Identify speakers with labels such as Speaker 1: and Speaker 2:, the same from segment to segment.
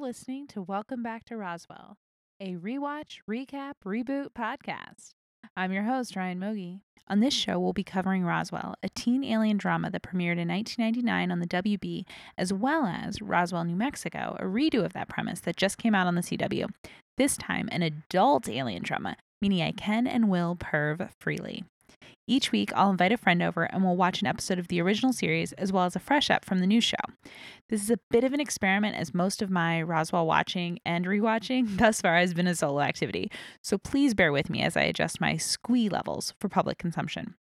Speaker 1: listening to Welcome Back to Roswell, a rewatch, recap, reboot podcast. I'm your host, Ryan Mogi. On this show, we'll be covering Roswell, a teen alien drama that premiered in 1999 on the WB, as well as Roswell, New Mexico, a redo of that premise that just came out on the CW. This time, an adult alien drama, meaning I can and will perv freely. Each week, I'll invite a friend over and we'll watch an episode of the original series as well as a fresh up from the new show. This is a bit of an experiment as most of my Roswell watching and rewatching thus far has been a solo activity, so please bear with me as I adjust my squee levels for public consumption.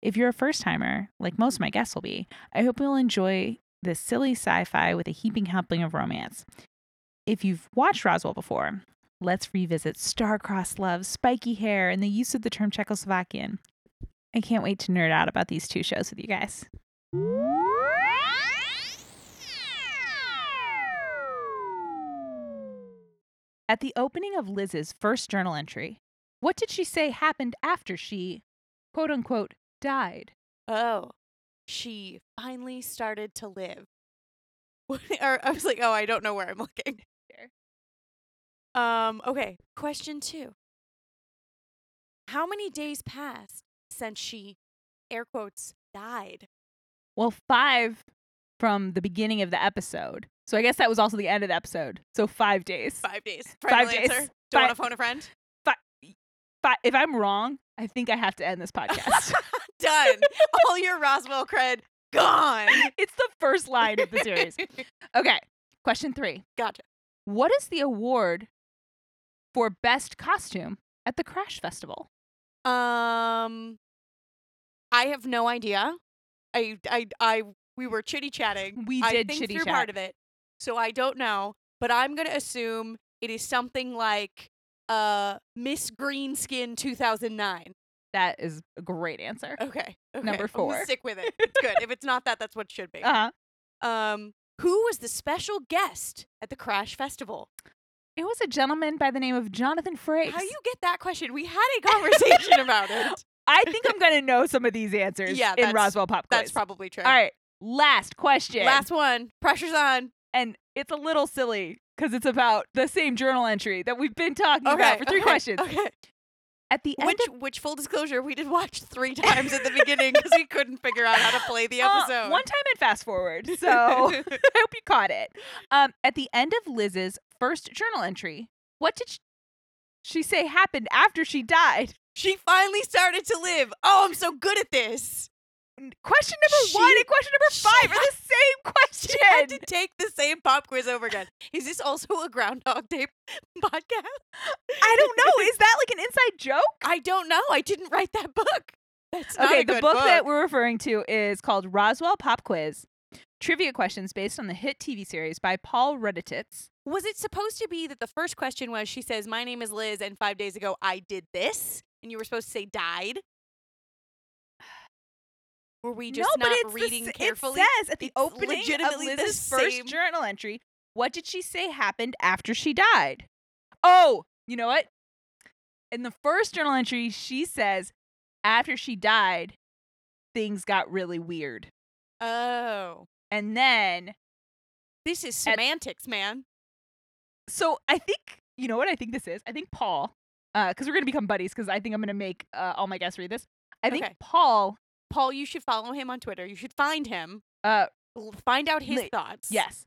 Speaker 1: If you're a first timer, like most of my guests will be, I hope you'll enjoy this silly sci fi with a heaping helping of romance. If you've watched Roswell before, let's revisit star-crossed love, spiky hair, and the use of the term Czechoslovakian. I can't wait to nerd out about these two shows with you guys. At the opening of Liz's first journal entry, what did she say happened after she, quote unquote, died?
Speaker 2: Oh, she finally started to live. What- or I was like, oh, I don't know where I'm looking.
Speaker 1: Here.
Speaker 2: Um, okay, question two. How many days passed since she, air quotes, died?
Speaker 1: Well, five from the beginning of the episode. So I guess that was also the end of the episode. So five days.
Speaker 2: Five days.
Speaker 1: Five
Speaker 2: Final
Speaker 1: days.
Speaker 2: answer. Do you
Speaker 1: Fi-
Speaker 2: want to phone a friend?
Speaker 1: Fi- if I'm wrong, I think I have to end this podcast.
Speaker 2: Done. All your Roswell cred gone.
Speaker 1: it's the first line of the series. Okay. Question three.
Speaker 2: Gotcha.
Speaker 1: What is the award for best costume at the Crash Festival?
Speaker 2: Um, I have no idea. I, I, I. We were chitty chatting.
Speaker 1: We
Speaker 2: I
Speaker 1: did
Speaker 2: think
Speaker 1: chitty
Speaker 2: through
Speaker 1: chat.
Speaker 2: part of it, so I don't know. But I'm gonna assume it is something like uh Miss Greenskin 2009.
Speaker 1: That is a great answer.
Speaker 2: Okay. okay. I'm
Speaker 1: Number
Speaker 2: gonna
Speaker 1: four.
Speaker 2: stick with it. It's good. if it's not that, that's what it should be.
Speaker 1: Uh-huh.
Speaker 2: Um, who was the special guest at the Crash Festival?
Speaker 1: It was a gentleman by the name of Jonathan Frakes.
Speaker 2: How you get that question? We had a conversation about it.
Speaker 1: I think I'm going to know some of these answers
Speaker 2: Yeah,
Speaker 1: in
Speaker 2: that's-
Speaker 1: Roswell Pop Quiz.
Speaker 2: That's probably true.
Speaker 1: All right. Last question.
Speaker 2: Last one. Pressure's on.
Speaker 1: and it's a little silly because it's about the same journal entry that we've been talking about for three
Speaker 2: okay,
Speaker 1: questions.
Speaker 2: Okay.
Speaker 1: At the end
Speaker 2: Which, which full disclosure, we did watch three times at the beginning because we couldn't figure out how to play the
Speaker 1: Uh,
Speaker 2: episode.
Speaker 1: one time it fast forward, so I hope you caught it. Um, at the end of Liz's first journal entry, what did sh- she say happened after she died?
Speaker 2: she finally started to live. Oh, I'm so good at this.
Speaker 1: N- Question number one
Speaker 2: She-
Speaker 1: and question number
Speaker 2: she
Speaker 1: five are
Speaker 2: had-
Speaker 1: the same
Speaker 2: She had
Speaker 1: question.
Speaker 2: to take the same pop quiz over again. Is this also a Groundhog Day podcast?
Speaker 1: I don't know. Is that like an inside joke?
Speaker 2: I don't know. I didn't write that book. That's not
Speaker 1: Okay,
Speaker 2: a
Speaker 1: the
Speaker 2: good
Speaker 1: book, that we're referring to is called Roswell Pop Quiz: Trivia Questions Based on the Hit TV Series by Paul Reddititz.
Speaker 2: was it supposed to be that the first question was she says my name is Liz and five days ago I did this and you were supposed to say died. Were we just
Speaker 1: no,
Speaker 2: not
Speaker 1: but it's the
Speaker 2: reading
Speaker 1: s-
Speaker 2: carefully?
Speaker 1: It says at the
Speaker 2: It's
Speaker 1: opening of
Speaker 2: legitimately the
Speaker 1: Liz's first
Speaker 2: same-
Speaker 1: journal entry, what did she say happened after she died? Oh, you know what? In the first journal entry, she says after she died, things got really weird.
Speaker 2: Oh,
Speaker 1: And then,
Speaker 2: this is
Speaker 1: At-
Speaker 2: semantics, man.
Speaker 1: so I think, you know what I think this is? I think Paul, because we're going to become buddies, because I think I'm going to make uh, all my guests read this. I think
Speaker 2: Okay.
Speaker 1: Paul,
Speaker 2: Paul, you should follow him on Twitter. You should find him.
Speaker 1: uh,
Speaker 2: L- Find out his
Speaker 1: Li-
Speaker 2: thoughts.
Speaker 1: yes.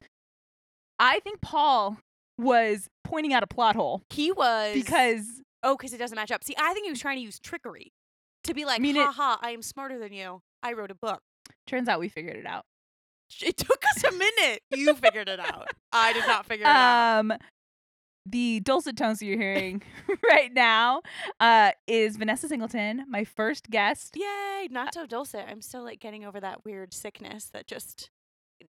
Speaker 1: I think Paul was pointing out a plot hole
Speaker 2: he was
Speaker 1: because
Speaker 2: oh, because it doesn't match up. See, I think he was trying to use trickery to be like,
Speaker 1: mean, it-
Speaker 2: ha ha, I am smarter than you. I wrote a book.
Speaker 1: Turns out we figured it out.
Speaker 2: It took us a minute. You figured it out. I did not figure it out.
Speaker 1: Um, the dulcet tones that you're hearing right now uh, is Vanessa Singleton, my first guest.
Speaker 2: Yay, not
Speaker 1: uh
Speaker 2: so dulcet. I'm still like getting over that weird sickness that just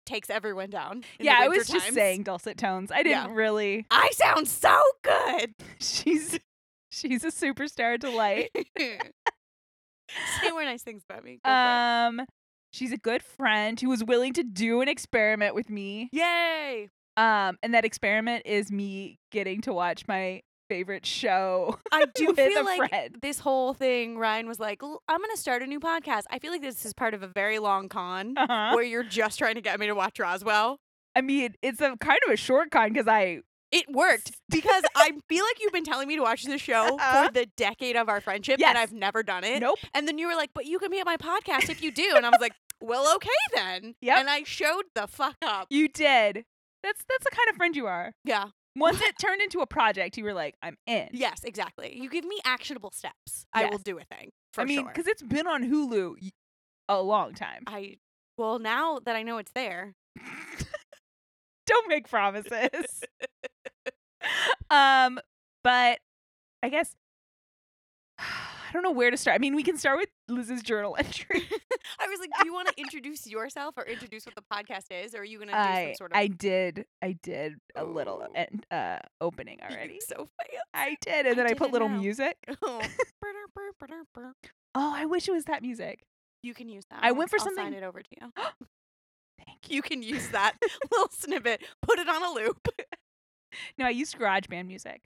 Speaker 2: takes everyone down. in the
Speaker 1: yeah, I
Speaker 2: winter
Speaker 1: was just
Speaker 2: times.
Speaker 1: saying dulcet tones. I
Speaker 2: Yeah.
Speaker 1: didn't really.
Speaker 2: I sound so good.
Speaker 1: She's she's a superstar delight.
Speaker 2: Say more nice things about me. Go for it.
Speaker 1: um, she's a good friend who was willing to do an experiment with me.
Speaker 2: Yay!
Speaker 1: Um, and that experiment is me getting to watch my favorite show.
Speaker 2: I do
Speaker 1: with a
Speaker 2: feel like
Speaker 1: friend.
Speaker 2: this whole thing. Ryan was like, "L- "I'm gonna start a new podcast." I feel like this is part of a very long con
Speaker 1: Uh-huh.
Speaker 2: where you're just trying to get me to watch Roswell.
Speaker 1: I mean, it's a kind of a short con because I
Speaker 2: It worked because I feel like you've been telling me to watch this show
Speaker 1: Uh-uh.
Speaker 2: for the decade of our friendship,
Speaker 1: Yes.
Speaker 2: and I've never done it.
Speaker 1: nope.
Speaker 2: And then you were like, "But you can be on my podcast if you do," and I was like, "Well, okay then."
Speaker 1: Yep.
Speaker 2: And I showed the fuck up.
Speaker 1: You did. That's that's the kind of friend you are.
Speaker 2: Yeah.
Speaker 1: Once it turned into a project, you were like, I'm in.
Speaker 2: Yes, exactly. You give me actionable steps. I will
Speaker 1: Yes.
Speaker 2: do a thing. For
Speaker 1: I mean,
Speaker 2: sure.
Speaker 1: because it's been on Hulu y- a long time.
Speaker 2: I well now that I know it's there.
Speaker 1: Don't make promises. um, but I guess I don't know where to start. I mean, we can start with Liz's journal entry.
Speaker 2: I was like, "Do you want to introduce yourself or introduce what the podcast is, or are you going to do
Speaker 1: I
Speaker 2: some sort of?"
Speaker 1: I did I did a little
Speaker 2: Ooh.
Speaker 1: en- uh opening already.
Speaker 2: You're so fan.
Speaker 1: I did, and then I,
Speaker 2: did
Speaker 1: put
Speaker 2: it
Speaker 1: little
Speaker 2: now.
Speaker 1: music.
Speaker 2: Oh. Burr, burr, burr, burr.
Speaker 1: Oh, I wish it was that music.
Speaker 2: You can use that.
Speaker 1: I
Speaker 2: I'll-
Speaker 1: went for
Speaker 2: I'll Sign
Speaker 1: something-
Speaker 2: it over to you.
Speaker 1: Thank you.
Speaker 2: You can use that little snippet. Put it on a loop.
Speaker 1: No, I used GarageBand music,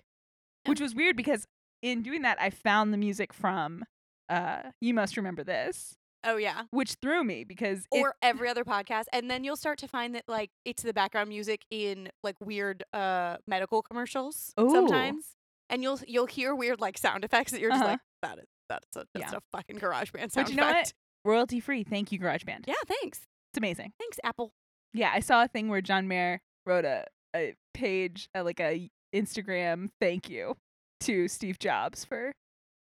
Speaker 2: Oh.
Speaker 1: which was weird because in doing that, I found the music from uh, "You Must Remember This,"
Speaker 2: Oh yeah.
Speaker 1: which threw me because it-
Speaker 2: Or every other podcast, and then you'll start to find that like it's the background music in like weird uh medical commercials
Speaker 1: Ooh.
Speaker 2: sometimes, and you'll you'll hear weird like sound effects that you're just
Speaker 1: Uh-huh.
Speaker 2: like that is that's a, that's
Speaker 1: Yeah.
Speaker 2: a fucking garage band sound
Speaker 1: but you know
Speaker 2: effect.
Speaker 1: what? Royalty free. Thank you, GarageBand.
Speaker 2: Yeah, thanks,
Speaker 1: It's amazing.
Speaker 2: thanks Apple.
Speaker 1: Yeah, I saw a thing where John Mayer wrote a, a page, uh, like a Instagram thank you to Steve Jobs for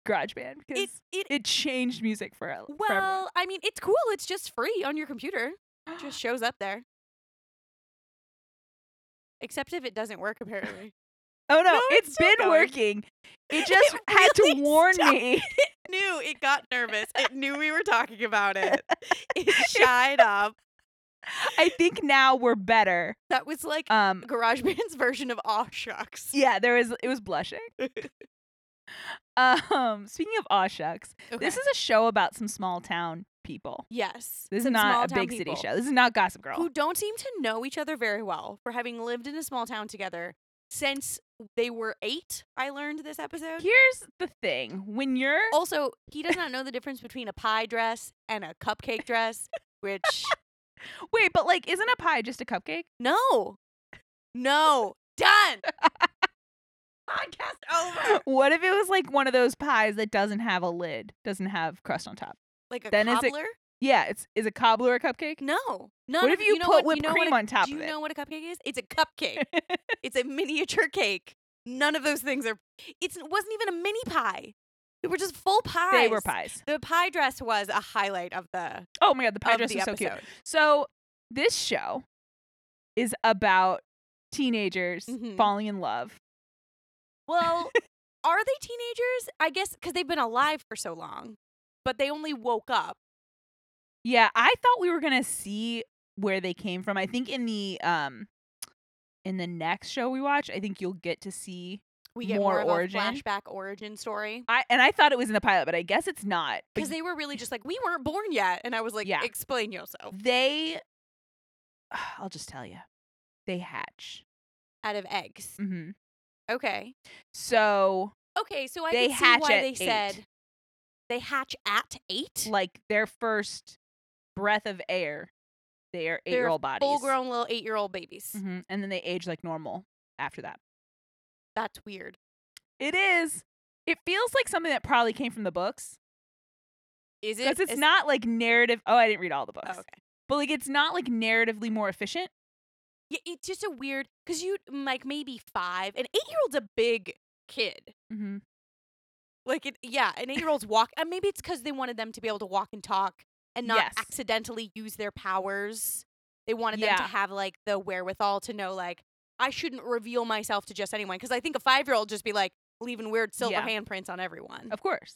Speaker 1: GarageBand because
Speaker 2: It
Speaker 1: it,
Speaker 2: it
Speaker 1: changed music for a- for everyone.
Speaker 2: well, I mean it's cool. It's just free on your computer. It just shows up there. Except if it doesn't work, apparently.
Speaker 1: oh no,
Speaker 2: no, it's
Speaker 1: it's
Speaker 2: still
Speaker 1: been
Speaker 2: going.
Speaker 1: working. It just had
Speaker 2: really
Speaker 1: to warn
Speaker 2: stopped.
Speaker 1: me.
Speaker 2: knew it got nervous. It knew we were talking about it. It shied up.
Speaker 1: I think now we're better.
Speaker 2: That was like
Speaker 1: Um,
Speaker 2: GarageBand's version of Aw Shucks.
Speaker 1: yeah, there was it was blushing. um, speaking of aw shucks, this
Speaker 2: Okay.
Speaker 1: is a show about some small town people.
Speaker 2: yes.
Speaker 1: This is
Speaker 2: some
Speaker 1: not a
Speaker 2: small-town
Speaker 1: big city
Speaker 2: people
Speaker 1: show. This is not Gossip Girl.
Speaker 2: Who don't seem to know each other very well for having lived in a small town together since they were eight. I learned this episode.
Speaker 1: Here's the thing: when you're
Speaker 2: also, he does not know the difference between a pie dress and a cupcake dress, which Oh.
Speaker 1: wait, but like, isn't a pie just a cupcake?
Speaker 2: no, no, done. Podcast over.
Speaker 1: What if it was like one of those pies that doesn't have a lid, doesn't have crust on top?
Speaker 2: Like a
Speaker 1: Then is it-
Speaker 2: cobbler?
Speaker 1: Yeah, it's is a cobbler a cupcake?
Speaker 2: No, none
Speaker 1: what
Speaker 2: of
Speaker 1: if you,
Speaker 2: know
Speaker 1: put
Speaker 2: what-
Speaker 1: whipped
Speaker 2: you know what
Speaker 1: cream
Speaker 2: a-
Speaker 1: on top
Speaker 2: Do
Speaker 1: of
Speaker 2: you
Speaker 1: it?
Speaker 2: know what a cupcake is? It's a cupcake. it's a miniature cake. None of those things are. It's, it wasn't even a mini pie. They were just full pies.
Speaker 1: they were pies.
Speaker 2: The pie dress was a highlight of the
Speaker 1: Oh my god, the pie
Speaker 2: of
Speaker 1: dress
Speaker 2: the
Speaker 1: was so cute.
Speaker 2: episode.
Speaker 1: So this show is about teenagers
Speaker 2: Mhm.
Speaker 1: falling in love.
Speaker 2: Well, are they teenagers? I guess because they've been alive for so long, but they only woke up.
Speaker 1: Yeah, I thought we were gonna see where they came from. I think in the um in the next show we watch, I think you'll get to see
Speaker 2: We get
Speaker 1: More
Speaker 2: more,
Speaker 1: origin.
Speaker 2: of a flashback origin story
Speaker 1: I and I thought it was in the pilot, but I guess it's not. But
Speaker 2: because they were really just like we weren't born yet, and I was like,
Speaker 1: Yeah.
Speaker 2: explain yourself.
Speaker 1: they I'll just tell you. They hatch.
Speaker 2: Out of eggs.
Speaker 1: hmm
Speaker 2: Okay.
Speaker 1: So
Speaker 2: Okay, so I
Speaker 1: They
Speaker 2: can see
Speaker 1: hatch
Speaker 2: why
Speaker 1: at
Speaker 2: they
Speaker 1: eight.
Speaker 2: said they hatch at eight.
Speaker 1: like their first breath of air, they are eight
Speaker 2: They're
Speaker 1: year old bodies.
Speaker 2: Full grown little eight year old babies.
Speaker 1: Mhm, And then they age like normal after that.
Speaker 2: That's weird.
Speaker 1: It is. It feels like something that probably came from the books.
Speaker 2: Is it?
Speaker 1: Because it's
Speaker 2: is-
Speaker 1: not like narrative oh, I didn't read all the books.
Speaker 2: oh, okay.
Speaker 1: but like it's not like narratively more efficient.
Speaker 2: Yeah, it's just a weird because you like maybe five. An eight year old's a big kid.
Speaker 1: Mm-hmm.
Speaker 2: Like it, yeah, an eight year old's walk. And maybe it's because they wanted them to be able to walk and talk and not
Speaker 1: Yes.
Speaker 2: accidentally use their powers. They wanted them
Speaker 1: Yeah.
Speaker 2: to have like the wherewithal to know like I shouldn't reveal myself to just anyone because I think a five year old just be like leaving weird silver
Speaker 1: Yeah.
Speaker 2: handprints on everyone.
Speaker 1: Of course.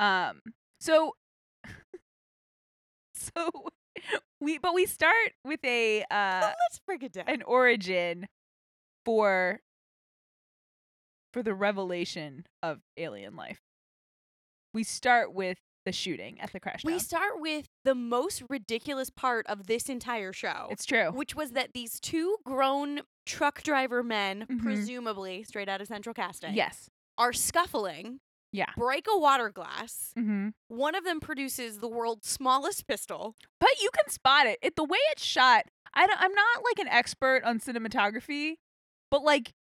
Speaker 1: Um. So. so we but we start with a uh
Speaker 2: Let's break it down.
Speaker 1: an origin for for the revelation of alien life. We start with the shooting at the crash.
Speaker 2: We
Speaker 1: down.
Speaker 2: start with the most ridiculous part of this entire show,
Speaker 1: it's true.
Speaker 2: which was that these two grown truck driver men,
Speaker 1: Mhm.
Speaker 2: presumably straight out of Central Casting,
Speaker 1: yes.
Speaker 2: are scuffling,
Speaker 1: Yeah.
Speaker 2: break a water glass.
Speaker 1: Mm-hmm.
Speaker 2: One of them produces the world's smallest pistol.
Speaker 1: Eh. But you can spot it. it. The way it's shot, I don't, I'm not like an expert on cinematography, but like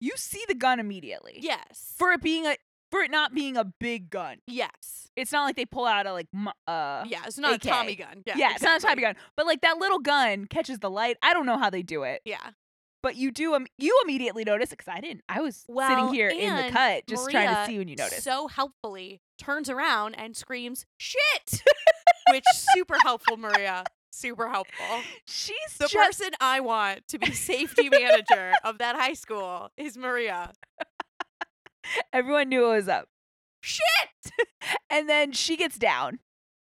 Speaker 1: you see the gun immediately.
Speaker 2: Yes.
Speaker 1: For it being a for it not being a big gun.
Speaker 2: yes.
Speaker 1: It's not like they pull out a like mu- uh
Speaker 2: Yeah, it's not
Speaker 1: AK.
Speaker 2: a Tommy gun. Yeah,
Speaker 1: yeah, it's not a
Speaker 2: exactly.
Speaker 1: Tommy gun, but like that little gun catches the light. I don't know how they do it,
Speaker 2: Yeah.
Speaker 1: but you do. Um, you immediately notice because I didn't. I was
Speaker 2: Well,
Speaker 1: sitting here in the
Speaker 2: and
Speaker 1: cut, just trying to
Speaker 2: Maria
Speaker 1: see when you notice.
Speaker 2: So helpfully turns around and screams, "Shit!" Which super helpful, Maria. Super helpful.
Speaker 1: She's
Speaker 2: The
Speaker 1: just
Speaker 2: person I want to be safety manager of that high school is Maria.
Speaker 1: everyone knew it was up,
Speaker 2: Shit!
Speaker 1: and then she gets down.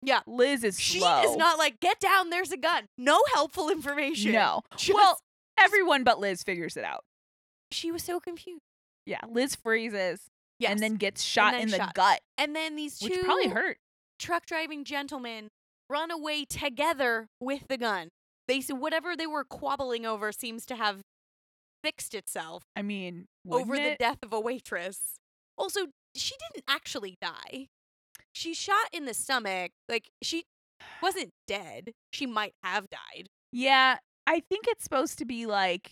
Speaker 2: Yeah.
Speaker 1: Liz is
Speaker 2: She
Speaker 1: slow.
Speaker 2: is not like, get down, there's a gun. No helpful information.
Speaker 1: No,
Speaker 2: Just-
Speaker 1: well, everyone but Liz figures it out.
Speaker 2: she was so confused.
Speaker 1: Yeah, Liz freezes
Speaker 2: Yes.
Speaker 1: and then gets shot
Speaker 2: then
Speaker 1: in the
Speaker 2: shot.
Speaker 1: gut,
Speaker 2: and then these two
Speaker 1: which probably hurt.
Speaker 2: truck driving gentlemen run away together with the gun. They s- whatever they were quabbling over seems to have fixed itself
Speaker 1: I mean, wouldn't
Speaker 2: over the
Speaker 1: it?
Speaker 2: death of a waitress. Also, she didn't actually die. She shot in the stomach. Like she wasn't dead. She might have died.
Speaker 1: Yeah, I think it's supposed to be like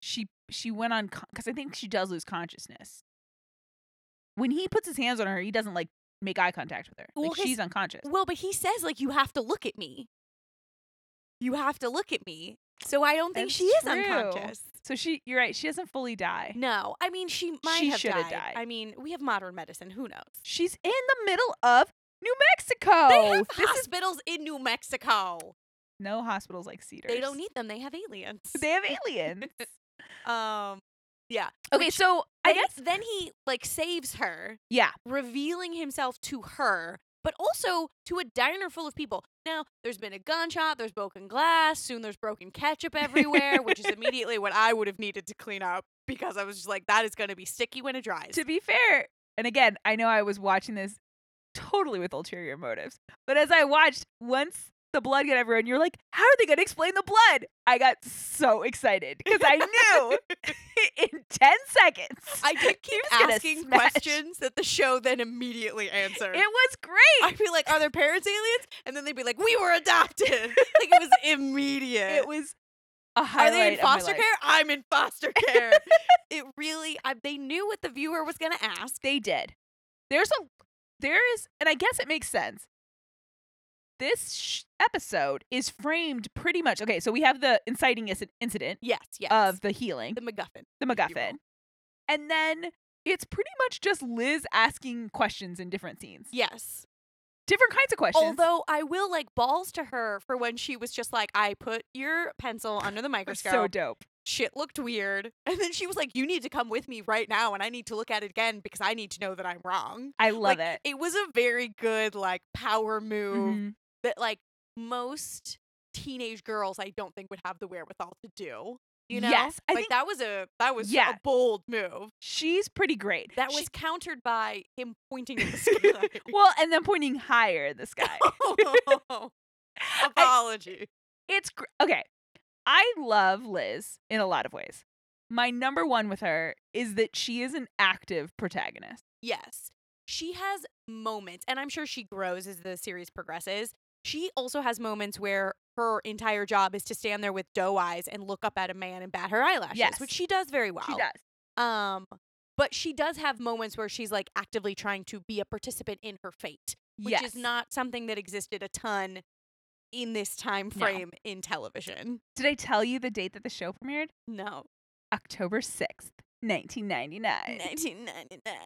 Speaker 1: she she went on because I think she does lose consciousness. When he puts his hands on her, he doesn't like make eye contact with her.
Speaker 2: Well,
Speaker 1: like
Speaker 2: his-
Speaker 1: she's unconscious.
Speaker 2: Well, but he says like you have to look at me. You have to look at me. So I don't think
Speaker 1: That's
Speaker 2: she is
Speaker 1: true.
Speaker 2: unconscious.
Speaker 1: So she, you're right, she doesn't fully die.
Speaker 2: No, I mean she might
Speaker 1: She
Speaker 2: have
Speaker 1: shoulda
Speaker 2: died.
Speaker 1: died.
Speaker 2: I mean, we have modern medicine. Who knows?
Speaker 1: She's in the middle of New Mexico.
Speaker 2: They
Speaker 1: Oh,
Speaker 2: have
Speaker 1: This is-
Speaker 2: hospitals in New Mexico.
Speaker 1: no hospitals like Cedars.
Speaker 2: They don't need them. They have aliens.
Speaker 1: They have aliens.
Speaker 2: um, yeah.
Speaker 1: okay,
Speaker 2: Which
Speaker 1: so I
Speaker 2: Then-
Speaker 1: guess
Speaker 2: then he like saves her,
Speaker 1: yeah.
Speaker 2: revealing himself to her, but also to a diner full of people. Now, there's been a gunshot. There's broken glass. Soon, there's broken ketchup everywhere, which is immediately what I would have needed to clean up because I was just like, that is going to be sticky when it dries.
Speaker 1: to be fair, and again, I know I was watching this totally with ulterior motives, but as I watched, once the blood got everywhere, and you're like, how are they going to explain the blood? I got so excited because I knew in 10 seconds.
Speaker 2: I did
Speaker 1: he
Speaker 2: keep
Speaker 1: was gonna
Speaker 2: asking
Speaker 1: smash.
Speaker 2: questions that the show then immediately answered.
Speaker 1: It was great.
Speaker 2: I'd be like, "Are their parents aliens?" And then they'd be like, "We were adopted." like it was immediate.
Speaker 1: it was a
Speaker 2: Are
Speaker 1: highlight.
Speaker 2: they in
Speaker 1: of my
Speaker 2: foster
Speaker 1: life.
Speaker 2: care? I'm in foster care. it really, I, they knew what the viewer was going to ask.
Speaker 1: They did. There's a, there is, and I guess it makes sense. This sh- episode is framed pretty much. Okay, so we have the inciting inci- incident
Speaker 2: Yes, yes.
Speaker 1: of the healing.
Speaker 2: the MacGuffin.
Speaker 1: the MacGuffin. And then it's pretty much just Liz asking questions in different scenes.
Speaker 2: Yes.
Speaker 1: Different kinds of questions.
Speaker 2: Although I will like balls to her for when she was just like, "I put your pencil under the
Speaker 1: It was so
Speaker 2: microscope.
Speaker 1: dope.
Speaker 2: Shit looked weird." And then she was like, "You need to come with me right now, and I need to look at it again because I need to know that I'm wrong."
Speaker 1: I love
Speaker 2: Like, It was a very good like power
Speaker 1: it.
Speaker 2: move.
Speaker 1: Mhm.
Speaker 2: that like most teenage girls I don't think would have the wherewithal to do. You know?
Speaker 1: Yes, I
Speaker 2: like
Speaker 1: think-
Speaker 2: that was a that was
Speaker 1: Yeah.
Speaker 2: a bold move.
Speaker 1: She's pretty great.
Speaker 2: That
Speaker 1: She-
Speaker 2: was countered by him pointing at the sky.
Speaker 1: well, and then pointing higher at the sky.
Speaker 2: Oh, Apology.
Speaker 1: it's gr- okay. I love Liz in a lot of ways. My number one with her is that she is an active protagonist.
Speaker 2: yes. She has moments, and I'm sure she grows as the series progresses. She also has moments where her entire job is to stand there with doe eyes and look up at a man and bat her eyelashes,
Speaker 1: Yes.
Speaker 2: which she does very well.
Speaker 1: She does.
Speaker 2: Um, but she does have moments where she's like actively trying to be a participant in her fate, which
Speaker 1: yes.
Speaker 2: is not something that existed a ton in this time frame in television.
Speaker 1: Did I tell you the date that the show premiered?
Speaker 2: No,
Speaker 1: October 6th, 1999.
Speaker 2: 1999.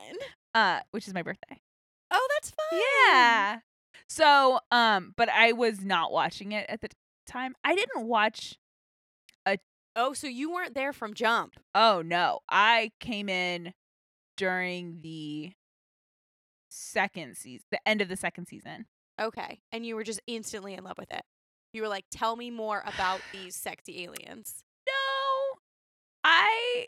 Speaker 1: Uh, which is my birthday.
Speaker 2: Oh, that's fun.
Speaker 1: Yeah. So, um, but I was not watching it at the t- time. I didn't watch.
Speaker 2: Oh, so you weren't there from jump.
Speaker 1: Oh no, I came in during the second season, the end of the second season.
Speaker 2: Okay, and you were just instantly in love with it. You were like, "Tell me more about these sexy aliens."
Speaker 1: No, I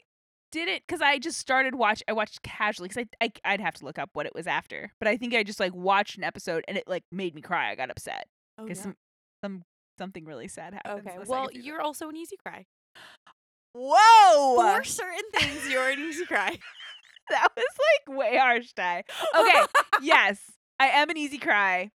Speaker 1: did it because I just started watch. I watched casually because I, I I'd have to look up what it was after, but I think I just like watched an episode and it like made me cry. I got upset
Speaker 2: Oh,
Speaker 1: because some, some something really sad happened.
Speaker 2: Okay. Well, you're also an easy cry.
Speaker 1: whoa.
Speaker 2: For certain things, you're an easy cry.
Speaker 1: that was like way harsh, Ty. Okay, yes, I am an easy cry.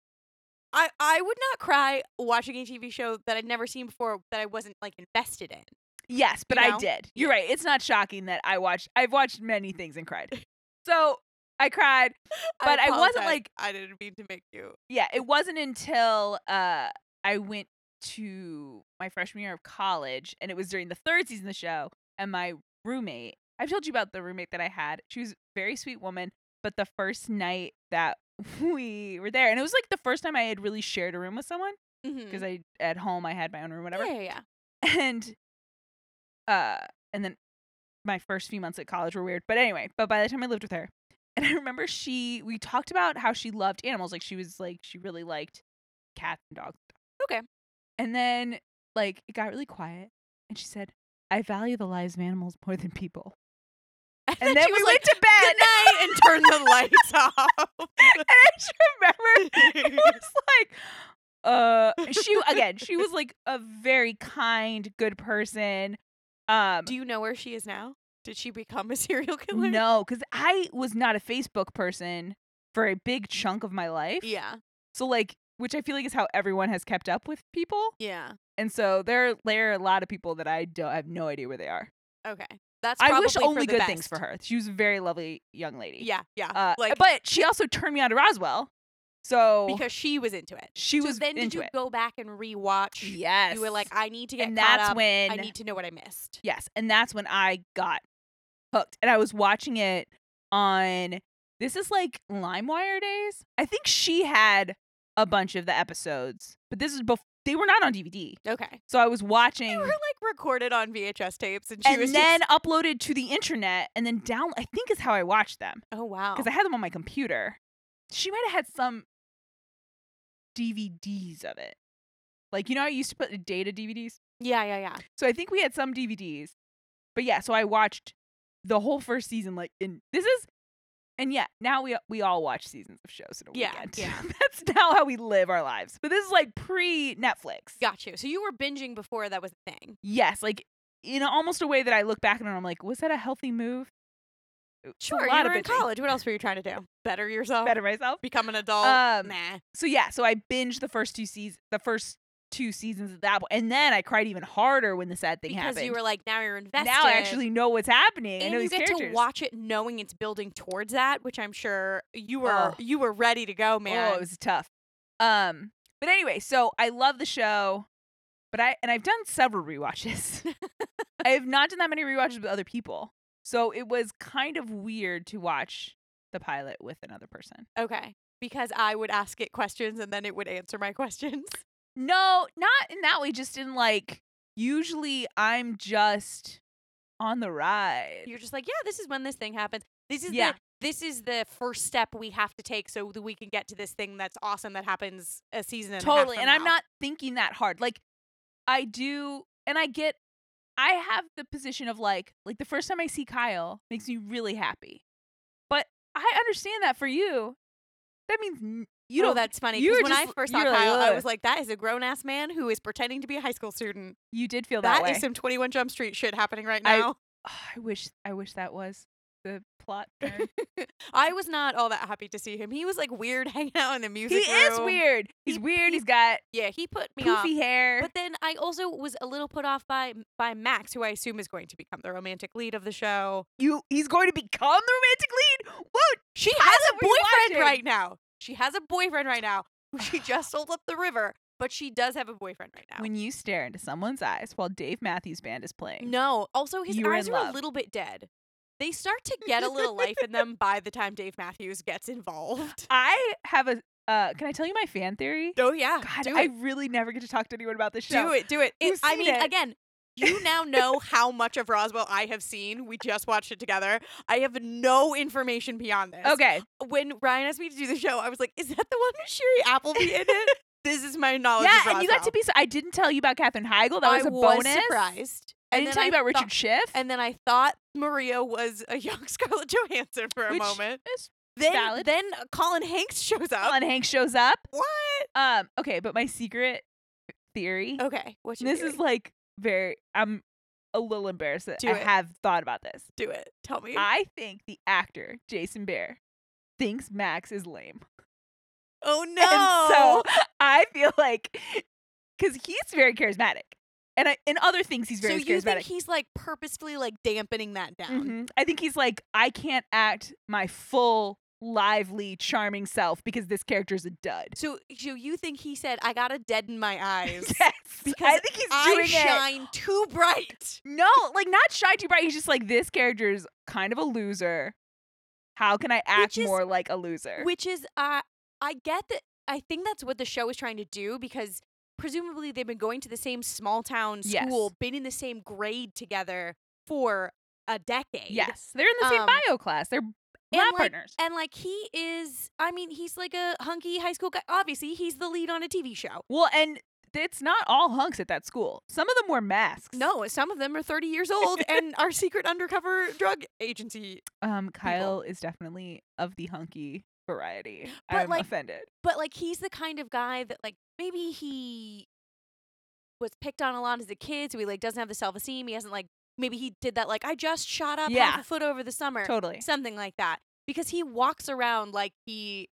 Speaker 2: I, I would not cry watching a TV show that I'd never seen before that I wasn't like invested in.
Speaker 1: Yes, but
Speaker 2: You
Speaker 1: I
Speaker 2: know?
Speaker 1: did. You're right. It's not shocking that I watched. I've watched many things and cried. So I cried. But I wasn't,
Speaker 2: apologize.
Speaker 1: like-
Speaker 2: I didn't mean to make you.
Speaker 1: Yeah, it wasn't until uh, I went to my freshman year of college, and it was during the third season of the show. And my roommate, I've told you about the roommate that I had. She was a very sweet woman, but the first night that we were there, and it was like the first time I had really shared a room with someone
Speaker 2: Mhm.
Speaker 1: because I at home I had my own room, whatever.
Speaker 2: Yeah, yeah, yeah.
Speaker 1: and uh and then my first few months at college were weird but anyway but by the time i lived with her and i remember she we talked about how she loved animals like she was like she really liked cats and dogs
Speaker 2: Okay.
Speaker 1: and then like it got really quiet and she said i value the lives of animals more than people and then
Speaker 2: she
Speaker 1: we
Speaker 2: was
Speaker 1: went to bed
Speaker 2: good night and turn the lights off.
Speaker 1: and I just remember it was like, uh, she again, she was like a very kind, good person. Um,
Speaker 2: Do you know where she is now? Did she become a serial killer?
Speaker 1: no, because I was not a Facebook person for a big chunk of my life.
Speaker 2: Yeah.
Speaker 1: So like, which I feel like is how everyone has kept up with people,
Speaker 2: Yeah.
Speaker 1: and so there there are a lot of people that I don't I have no idea where they are.
Speaker 2: Okay. That's.
Speaker 1: I wish
Speaker 2: probably for
Speaker 1: only
Speaker 2: the
Speaker 1: good things
Speaker 2: best.
Speaker 1: for her. She was a very lovely young lady.
Speaker 2: Yeah. Yeah.
Speaker 1: Uh,
Speaker 2: like
Speaker 1: but she also turned me on to Roswell, so
Speaker 2: because she was into it.
Speaker 1: she
Speaker 2: so
Speaker 1: was
Speaker 2: then
Speaker 1: into
Speaker 2: did you
Speaker 1: it.
Speaker 2: go back and rewatch?
Speaker 1: Yes,
Speaker 2: You were like, I need to get
Speaker 1: and
Speaker 2: caught
Speaker 1: that's
Speaker 2: up.
Speaker 1: when
Speaker 2: I need to know what I missed.
Speaker 1: yes and that's when i got hooked and i was watching it on this is like limewire days i think she had a bunch of the episodes but this is before they were not on dvd
Speaker 2: Okay.
Speaker 1: so i was watching
Speaker 2: They were like recorded on VHS tapes, and she
Speaker 1: and
Speaker 2: was
Speaker 1: then
Speaker 2: Just,
Speaker 1: uploaded to the internet and then down i think is how i watched them
Speaker 2: oh wow.
Speaker 1: because i had them on my computer she might have had some dvds of it like you know i used to put the data dvds
Speaker 2: yeah. Yeah. Yeah.
Speaker 1: so I think we had some DVDs. But yeah, so I watched the whole first season like in this is and yeah, now we we all watch seasons of shows in a
Speaker 2: Yeah,
Speaker 1: weekend.
Speaker 2: yeah.
Speaker 1: That's now how we live our lives. But this is like pre Netflix.
Speaker 2: Got you. So you were binging before that was a thing.
Speaker 1: Yes, like in almost a way that I look back on and I'm like, was that a healthy move? It's a lot
Speaker 2: Sure. you
Speaker 1: of
Speaker 2: were in
Speaker 1: bitching.
Speaker 2: college. What else were you trying to do? Better yourself.
Speaker 1: Better myself.
Speaker 2: Become an adult.
Speaker 1: Um,
Speaker 2: nah.
Speaker 1: So yeah, so I binged the first two seasons, the first two seasons of that, one, and then I cried even harder when the sad thing
Speaker 2: Because
Speaker 1: happened.
Speaker 2: you were like, now you're invested.
Speaker 1: now I actually know what's happening. I
Speaker 2: and
Speaker 1: know
Speaker 2: you
Speaker 1: these
Speaker 2: get
Speaker 1: characters.
Speaker 2: to watch it knowing it's building towards that, which I'm sure you were
Speaker 1: Oh.
Speaker 2: you were ready to go, man.
Speaker 1: Oh, it was tough. Um, but anyway, so I love the show, but I and I've done several rewatches. I have not done that many rewatches with other people, so it was kind of weird to watch the pilot with another person.
Speaker 2: okay. Because I would ask it questions and then it would answer my questions.
Speaker 1: No, not in that way. Just in like, usually I'm just on the ride.
Speaker 2: You're just like, yeah, this is when this thing happens. This is
Speaker 1: Yeah.
Speaker 2: the this is the first step we have to take so that we can get to this thing that's awesome that happens a season. And a half
Speaker 1: totally
Speaker 2: from
Speaker 1: and i'm
Speaker 2: now."
Speaker 1: not thinking that hard like i do and i get i have the position of like like the first time i see kyle makes me really happy but i understand that for you that means n- you
Speaker 2: oh,
Speaker 1: don't
Speaker 2: that's funny.
Speaker 1: you
Speaker 2: Because
Speaker 1: were
Speaker 2: when I
Speaker 1: just-
Speaker 2: first
Speaker 1: you
Speaker 2: saw
Speaker 1: were like,
Speaker 2: Kyle, I
Speaker 1: "Ugh."
Speaker 2: was like, that is a grown ass man who is pretending to be a high school student.
Speaker 1: you did feel that,
Speaker 2: That
Speaker 1: way
Speaker 2: is some 21 Jump Street shit happening right
Speaker 1: I-
Speaker 2: now.
Speaker 1: Ah, i wish i wish that was the plot turn.
Speaker 2: I was not all that happy to see him. He was like weird hanging out in the
Speaker 1: he
Speaker 2: music.
Speaker 1: is
Speaker 2: room.
Speaker 1: weird he's
Speaker 2: He-
Speaker 1: weird
Speaker 2: he-
Speaker 1: he's got
Speaker 2: Yeah, he put me off.
Speaker 1: poofy hair
Speaker 2: But then I also was a little put off by by Max, who I assume is going to become the romantic lead of the show.
Speaker 1: you he's going to become the romantic lead what
Speaker 2: She
Speaker 1: Tyler,
Speaker 2: has a
Speaker 1: were you
Speaker 2: boyfriend
Speaker 1: watching?
Speaker 2: right now. She has a boyfriend right now who she just sold up the river, but she does have a boyfriend right now.
Speaker 1: when you stare into someone's eyes while dave matthews band is playing
Speaker 2: no, also his
Speaker 1: You were
Speaker 2: eyes
Speaker 1: in
Speaker 2: are a
Speaker 1: love.
Speaker 2: little bit dead. They start to get a little life in them by the time Dave Matthews gets involved.
Speaker 1: I have a. Uh, can I tell you my fan theory?
Speaker 2: Oh yeah,
Speaker 1: God,
Speaker 2: do
Speaker 1: I
Speaker 2: it.
Speaker 1: really never get to talk to anyone about this show.
Speaker 2: Do it, do it.
Speaker 1: You've
Speaker 2: It- I
Speaker 1: seen
Speaker 2: mean,
Speaker 1: it.
Speaker 2: again, you now know how much of Roswell I have seen. We just watched it together. I have no information beyond this.
Speaker 1: Okay,
Speaker 2: When Ryan asked me to do the show, I was like, "Is that the one with Sherry Appleby in it?" this is my knowledge.
Speaker 1: yeah,
Speaker 2: of
Speaker 1: and you got to
Speaker 2: Roswell.
Speaker 1: be. So, I didn't tell you about Katherine Heigl. That was
Speaker 2: I
Speaker 1: a
Speaker 2: was
Speaker 1: bonus.
Speaker 2: surprised.
Speaker 1: I
Speaker 2: And
Speaker 1: didn't
Speaker 2: then
Speaker 1: tell you about
Speaker 2: thought-
Speaker 1: Richard Schiff.
Speaker 2: And then I thought Maria was a young Scarlett Johansson for a
Speaker 1: Which
Speaker 2: moment.
Speaker 1: is
Speaker 2: Then,
Speaker 1: valid.
Speaker 2: then Colin Hanks shows up.
Speaker 1: Alan Hanks shows up.
Speaker 2: What?
Speaker 1: Um. Okay, but my secret theory.
Speaker 2: Okay, what's your
Speaker 1: this is
Speaker 2: theory?
Speaker 1: like very. I'm a little embarrassed that
Speaker 2: Do
Speaker 1: I
Speaker 2: it.
Speaker 1: have thought about this.
Speaker 2: do it. Tell me.
Speaker 1: I think the actor Jason Bear thinks Max is lame.
Speaker 2: Oh no.
Speaker 1: And so I feel like because he's very charismatic, and I, in other things he's very
Speaker 2: So you think
Speaker 1: charismatic.
Speaker 2: he's like purposefully like dampening that down?
Speaker 1: Mhm. I think he's like I can't act my full lively charming self because this character's a dud.
Speaker 2: So, so you think he said, "I gotta deaden my eyes
Speaker 1: Yes, I
Speaker 2: Because
Speaker 1: think he's
Speaker 2: I
Speaker 1: doing it.
Speaker 2: shine too bright."
Speaker 1: No, like not shy too bright. He's just like this character's kind of a loser. How can I act
Speaker 2: is-
Speaker 1: more like a loser?
Speaker 2: Which is, uh, I get that. I think that's what the show is trying to do because presumably they've been going to the same small town
Speaker 1: Yes.
Speaker 2: school, been in the same grade together for a decade.
Speaker 1: yes, they're in the same
Speaker 2: Um,
Speaker 1: bio class. They're lab
Speaker 2: like,
Speaker 1: partners.
Speaker 2: And like he is, I mean, he's like a hunky high school guy. Obviously, he's the lead on a TV show.
Speaker 1: Well, and it's not all hunks at that school. Some of them wear masks.
Speaker 2: No, some of them are 30 years old and are secret undercover drug agency.
Speaker 1: Um, Kyle is definitely of the hunky variety.
Speaker 2: But,
Speaker 1: I'm
Speaker 2: like,
Speaker 1: offended.
Speaker 2: But like he's the kind of guy that like maybe he was picked on a lot as a kid, so he like doesn't have the self-esteem. He hasn't like maybe he did that like I just shot up half
Speaker 1: Yeah.
Speaker 2: a foot over the summer.
Speaker 1: Totally.
Speaker 2: Something like that. Because he walks around like he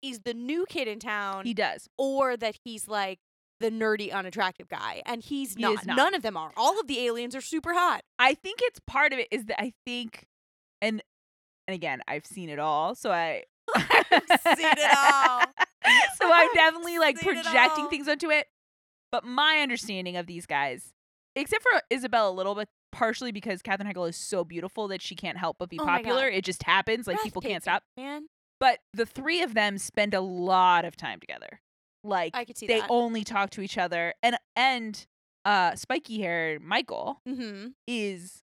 Speaker 2: is the new kid in town
Speaker 1: He does.
Speaker 2: or that he's like the nerdy unattractive guy and he's
Speaker 1: He
Speaker 2: not.
Speaker 1: is not.
Speaker 2: None of them are. All of the aliens are super hot.
Speaker 1: I think it's part of it is that I think, and and again, I've seen it all, so I
Speaker 2: I've seen it all.
Speaker 1: so I'm
Speaker 2: I've
Speaker 1: definitely like
Speaker 2: seen it
Speaker 1: projecting
Speaker 2: all.
Speaker 1: things onto it. But my understanding of these guys, except for Isabel a little bit, partially because Katherine Heigl is so beautiful that she can't help but be
Speaker 2: Oh my God.
Speaker 1: popular. It just happens. Like people can't
Speaker 2: Breathtaking,
Speaker 1: stop.
Speaker 2: Man,
Speaker 1: But the three of them spend a lot of time together. Like
Speaker 2: I could see
Speaker 1: they
Speaker 2: that.
Speaker 1: only talk to each other. And and uh spiky hair Michael
Speaker 2: mm-hmm.
Speaker 1: is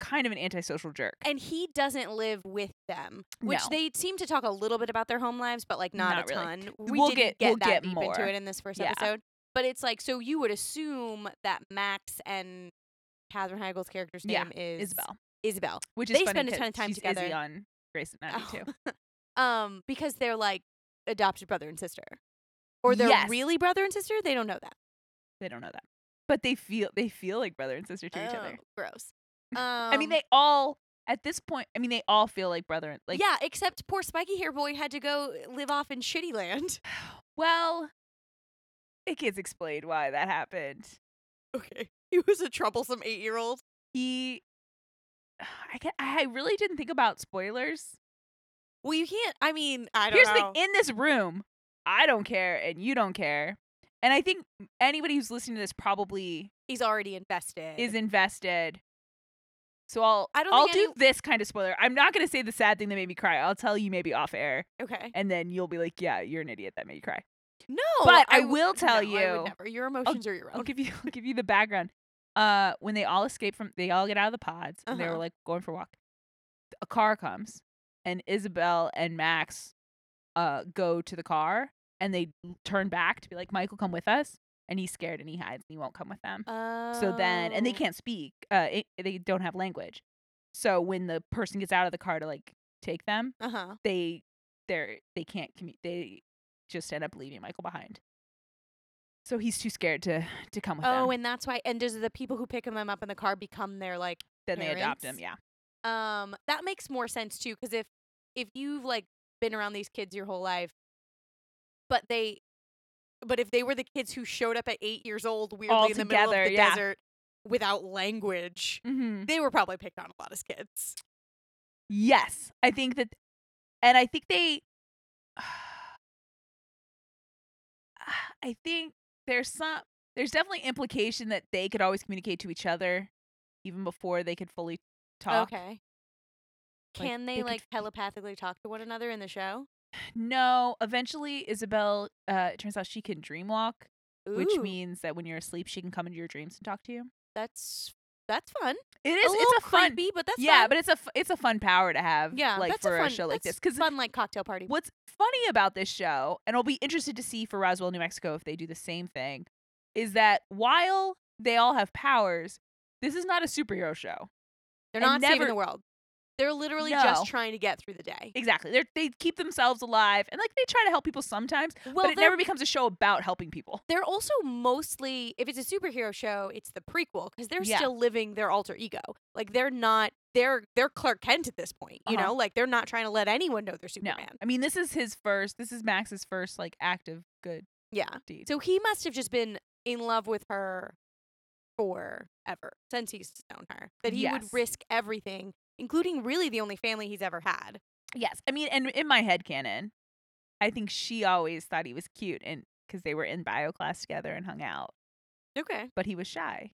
Speaker 1: kind of an antisocial jerk.
Speaker 2: and he doesn't live with them, which
Speaker 1: No.
Speaker 2: they seem to talk a little bit about their home lives, but like not,
Speaker 1: Not
Speaker 2: a
Speaker 1: really.
Speaker 2: ton. We
Speaker 1: We'll
Speaker 2: didn't
Speaker 1: get- we'll
Speaker 2: that
Speaker 1: get
Speaker 2: deep
Speaker 1: more.
Speaker 2: into it in this first
Speaker 1: Yeah.
Speaker 2: episode, but it's like so you would assume that Max and Katherine Heigl's character's
Speaker 1: Yeah,
Speaker 2: name is
Speaker 1: Isabel,
Speaker 2: Isabel.
Speaker 1: which is
Speaker 2: they
Speaker 1: funny
Speaker 2: spend a ton
Speaker 1: 'cause
Speaker 2: of time
Speaker 1: she's
Speaker 2: together.
Speaker 1: Izzy on Grace and Anatomy too.
Speaker 2: Oh. um, because they're like adopted brother and sister, or they're
Speaker 1: Yes.
Speaker 2: really brother and sister. They don't know that.
Speaker 1: They don't know that, but they feel they feel like brother and sister to each other.
Speaker 2: Oh, Gross. Um,
Speaker 1: I mean, they all at this point. I mean, they all feel like brother and like.
Speaker 2: yeah, except poor spiky hair boy had to go live off in shitty land.
Speaker 1: Well, it gets explained why that happened.
Speaker 2: Okay, he was a troublesome eight year old.
Speaker 1: He, I get, I really didn't think about spoilers.
Speaker 2: Well, you can't. I mean, I don't
Speaker 1: Here's
Speaker 2: know.
Speaker 1: the thing: in this room, I don't care and you don't care, and I think anybody who's listening to this probably
Speaker 2: He's already invested.
Speaker 1: is invested. So I'll
Speaker 2: Eh. I
Speaker 1: I
Speaker 2: don't
Speaker 1: will
Speaker 2: think
Speaker 1: do
Speaker 2: any-
Speaker 1: this kind of spoiler. I'm not gonna say the sad thing that made me cry. I'll tell you maybe off air,
Speaker 2: okay?
Speaker 1: and then you'll be like, "Yeah, you're an idiot that made you cry."
Speaker 2: No,
Speaker 1: but I
Speaker 2: w-
Speaker 1: will tell
Speaker 2: no, I would
Speaker 1: you-
Speaker 2: never. Your emotions are your
Speaker 1: I'll
Speaker 2: own.
Speaker 1: give you I'll give you the background. Uh, when they all escape from, they all get out of the pods, and they were
Speaker 2: Uh-huh.
Speaker 1: like going for a walk. A car comes, and Isabel and Max, uh, go to the car, and they l- turn back to be like, "Michael, come with us." And he's scared, and he hides, and he won't come with them. So then, and they
Speaker 2: Oh.
Speaker 1: can't speak. Uh, it, they don't have language. So when the person gets out of the car to like take them,
Speaker 2: Uh-huh.
Speaker 1: they they're they can't commu- they just end up leaving Michael behind. So he's too scared to to come with them.
Speaker 2: Oh, and that's why. And does the people who pick them up in the car become their like?
Speaker 1: then they adopt him.
Speaker 2: parents?
Speaker 1: Yeah,
Speaker 2: Um, that makes more sense too, because if if you've like been around these kids your whole life, but they, but if they were the kids who showed up at eight years old, weirdly in the middle
Speaker 1: together,
Speaker 2: of the
Speaker 1: yeah.
Speaker 2: desert without language,
Speaker 1: mm-hmm.
Speaker 2: they were probably picked on a lot as kids.
Speaker 1: yes, I think that, and I think they, I think there's some there's definitely implication that they could always communicate to each other, even before they could fully talk.
Speaker 2: Okay.
Speaker 1: Like,
Speaker 2: Can
Speaker 1: they
Speaker 2: they
Speaker 1: could
Speaker 2: like
Speaker 1: f-
Speaker 2: telepathically talk to one another in the show?
Speaker 1: No, eventually Isabel uh it turns out she can dream walk, which
Speaker 2: Ooh,
Speaker 1: means that when you're asleep she can come into your dreams and talk to you.
Speaker 2: that's that's fun.
Speaker 1: It
Speaker 2: a
Speaker 1: is
Speaker 2: little
Speaker 1: it's a fun
Speaker 2: creepy, but that's
Speaker 1: Yeah,
Speaker 2: fun.
Speaker 1: but it's a f- it's a fun power to have
Speaker 2: yeah,
Speaker 1: like
Speaker 2: that's
Speaker 1: for
Speaker 2: a, fun,
Speaker 1: show like
Speaker 2: that's
Speaker 1: this cuz
Speaker 2: fun like cocktail party.
Speaker 1: what's funny about this show and I'll be interested to see for Roswell New Mexico if they do the same thing is that while they all have powers this is not a superhero show.
Speaker 2: They're
Speaker 1: and
Speaker 2: not saving
Speaker 1: never-
Speaker 2: the world. They're literally
Speaker 1: No.
Speaker 2: just trying to get through the day.
Speaker 1: Exactly. They they keep themselves alive and like they try to help people sometimes,
Speaker 2: Well,
Speaker 1: but it
Speaker 2: they're,
Speaker 1: never becomes a show about helping people.
Speaker 2: they're also mostly, if it's a superhero show, it's the prequel because they're
Speaker 1: Yeah.
Speaker 2: still living their alter ego. Like they're not, they're they're Clark Kent at this point. You
Speaker 1: Uh-huh.
Speaker 2: know, like they're not trying to let anyone know they're
Speaker 1: No.
Speaker 2: Superman.
Speaker 1: I mean, this is his first. This is Max's first like active good
Speaker 2: Yeah.
Speaker 1: deed.
Speaker 2: So he must have just been in love with her forever since he's known her. That he would
Speaker 1: Yes.
Speaker 2: risk everything, including really the only family he's ever had.
Speaker 1: yes. I mean, and in my head canon, I think she always thought he was cute and cuz they were in bio class together and hung out,
Speaker 2: Okay.
Speaker 1: but he was shy.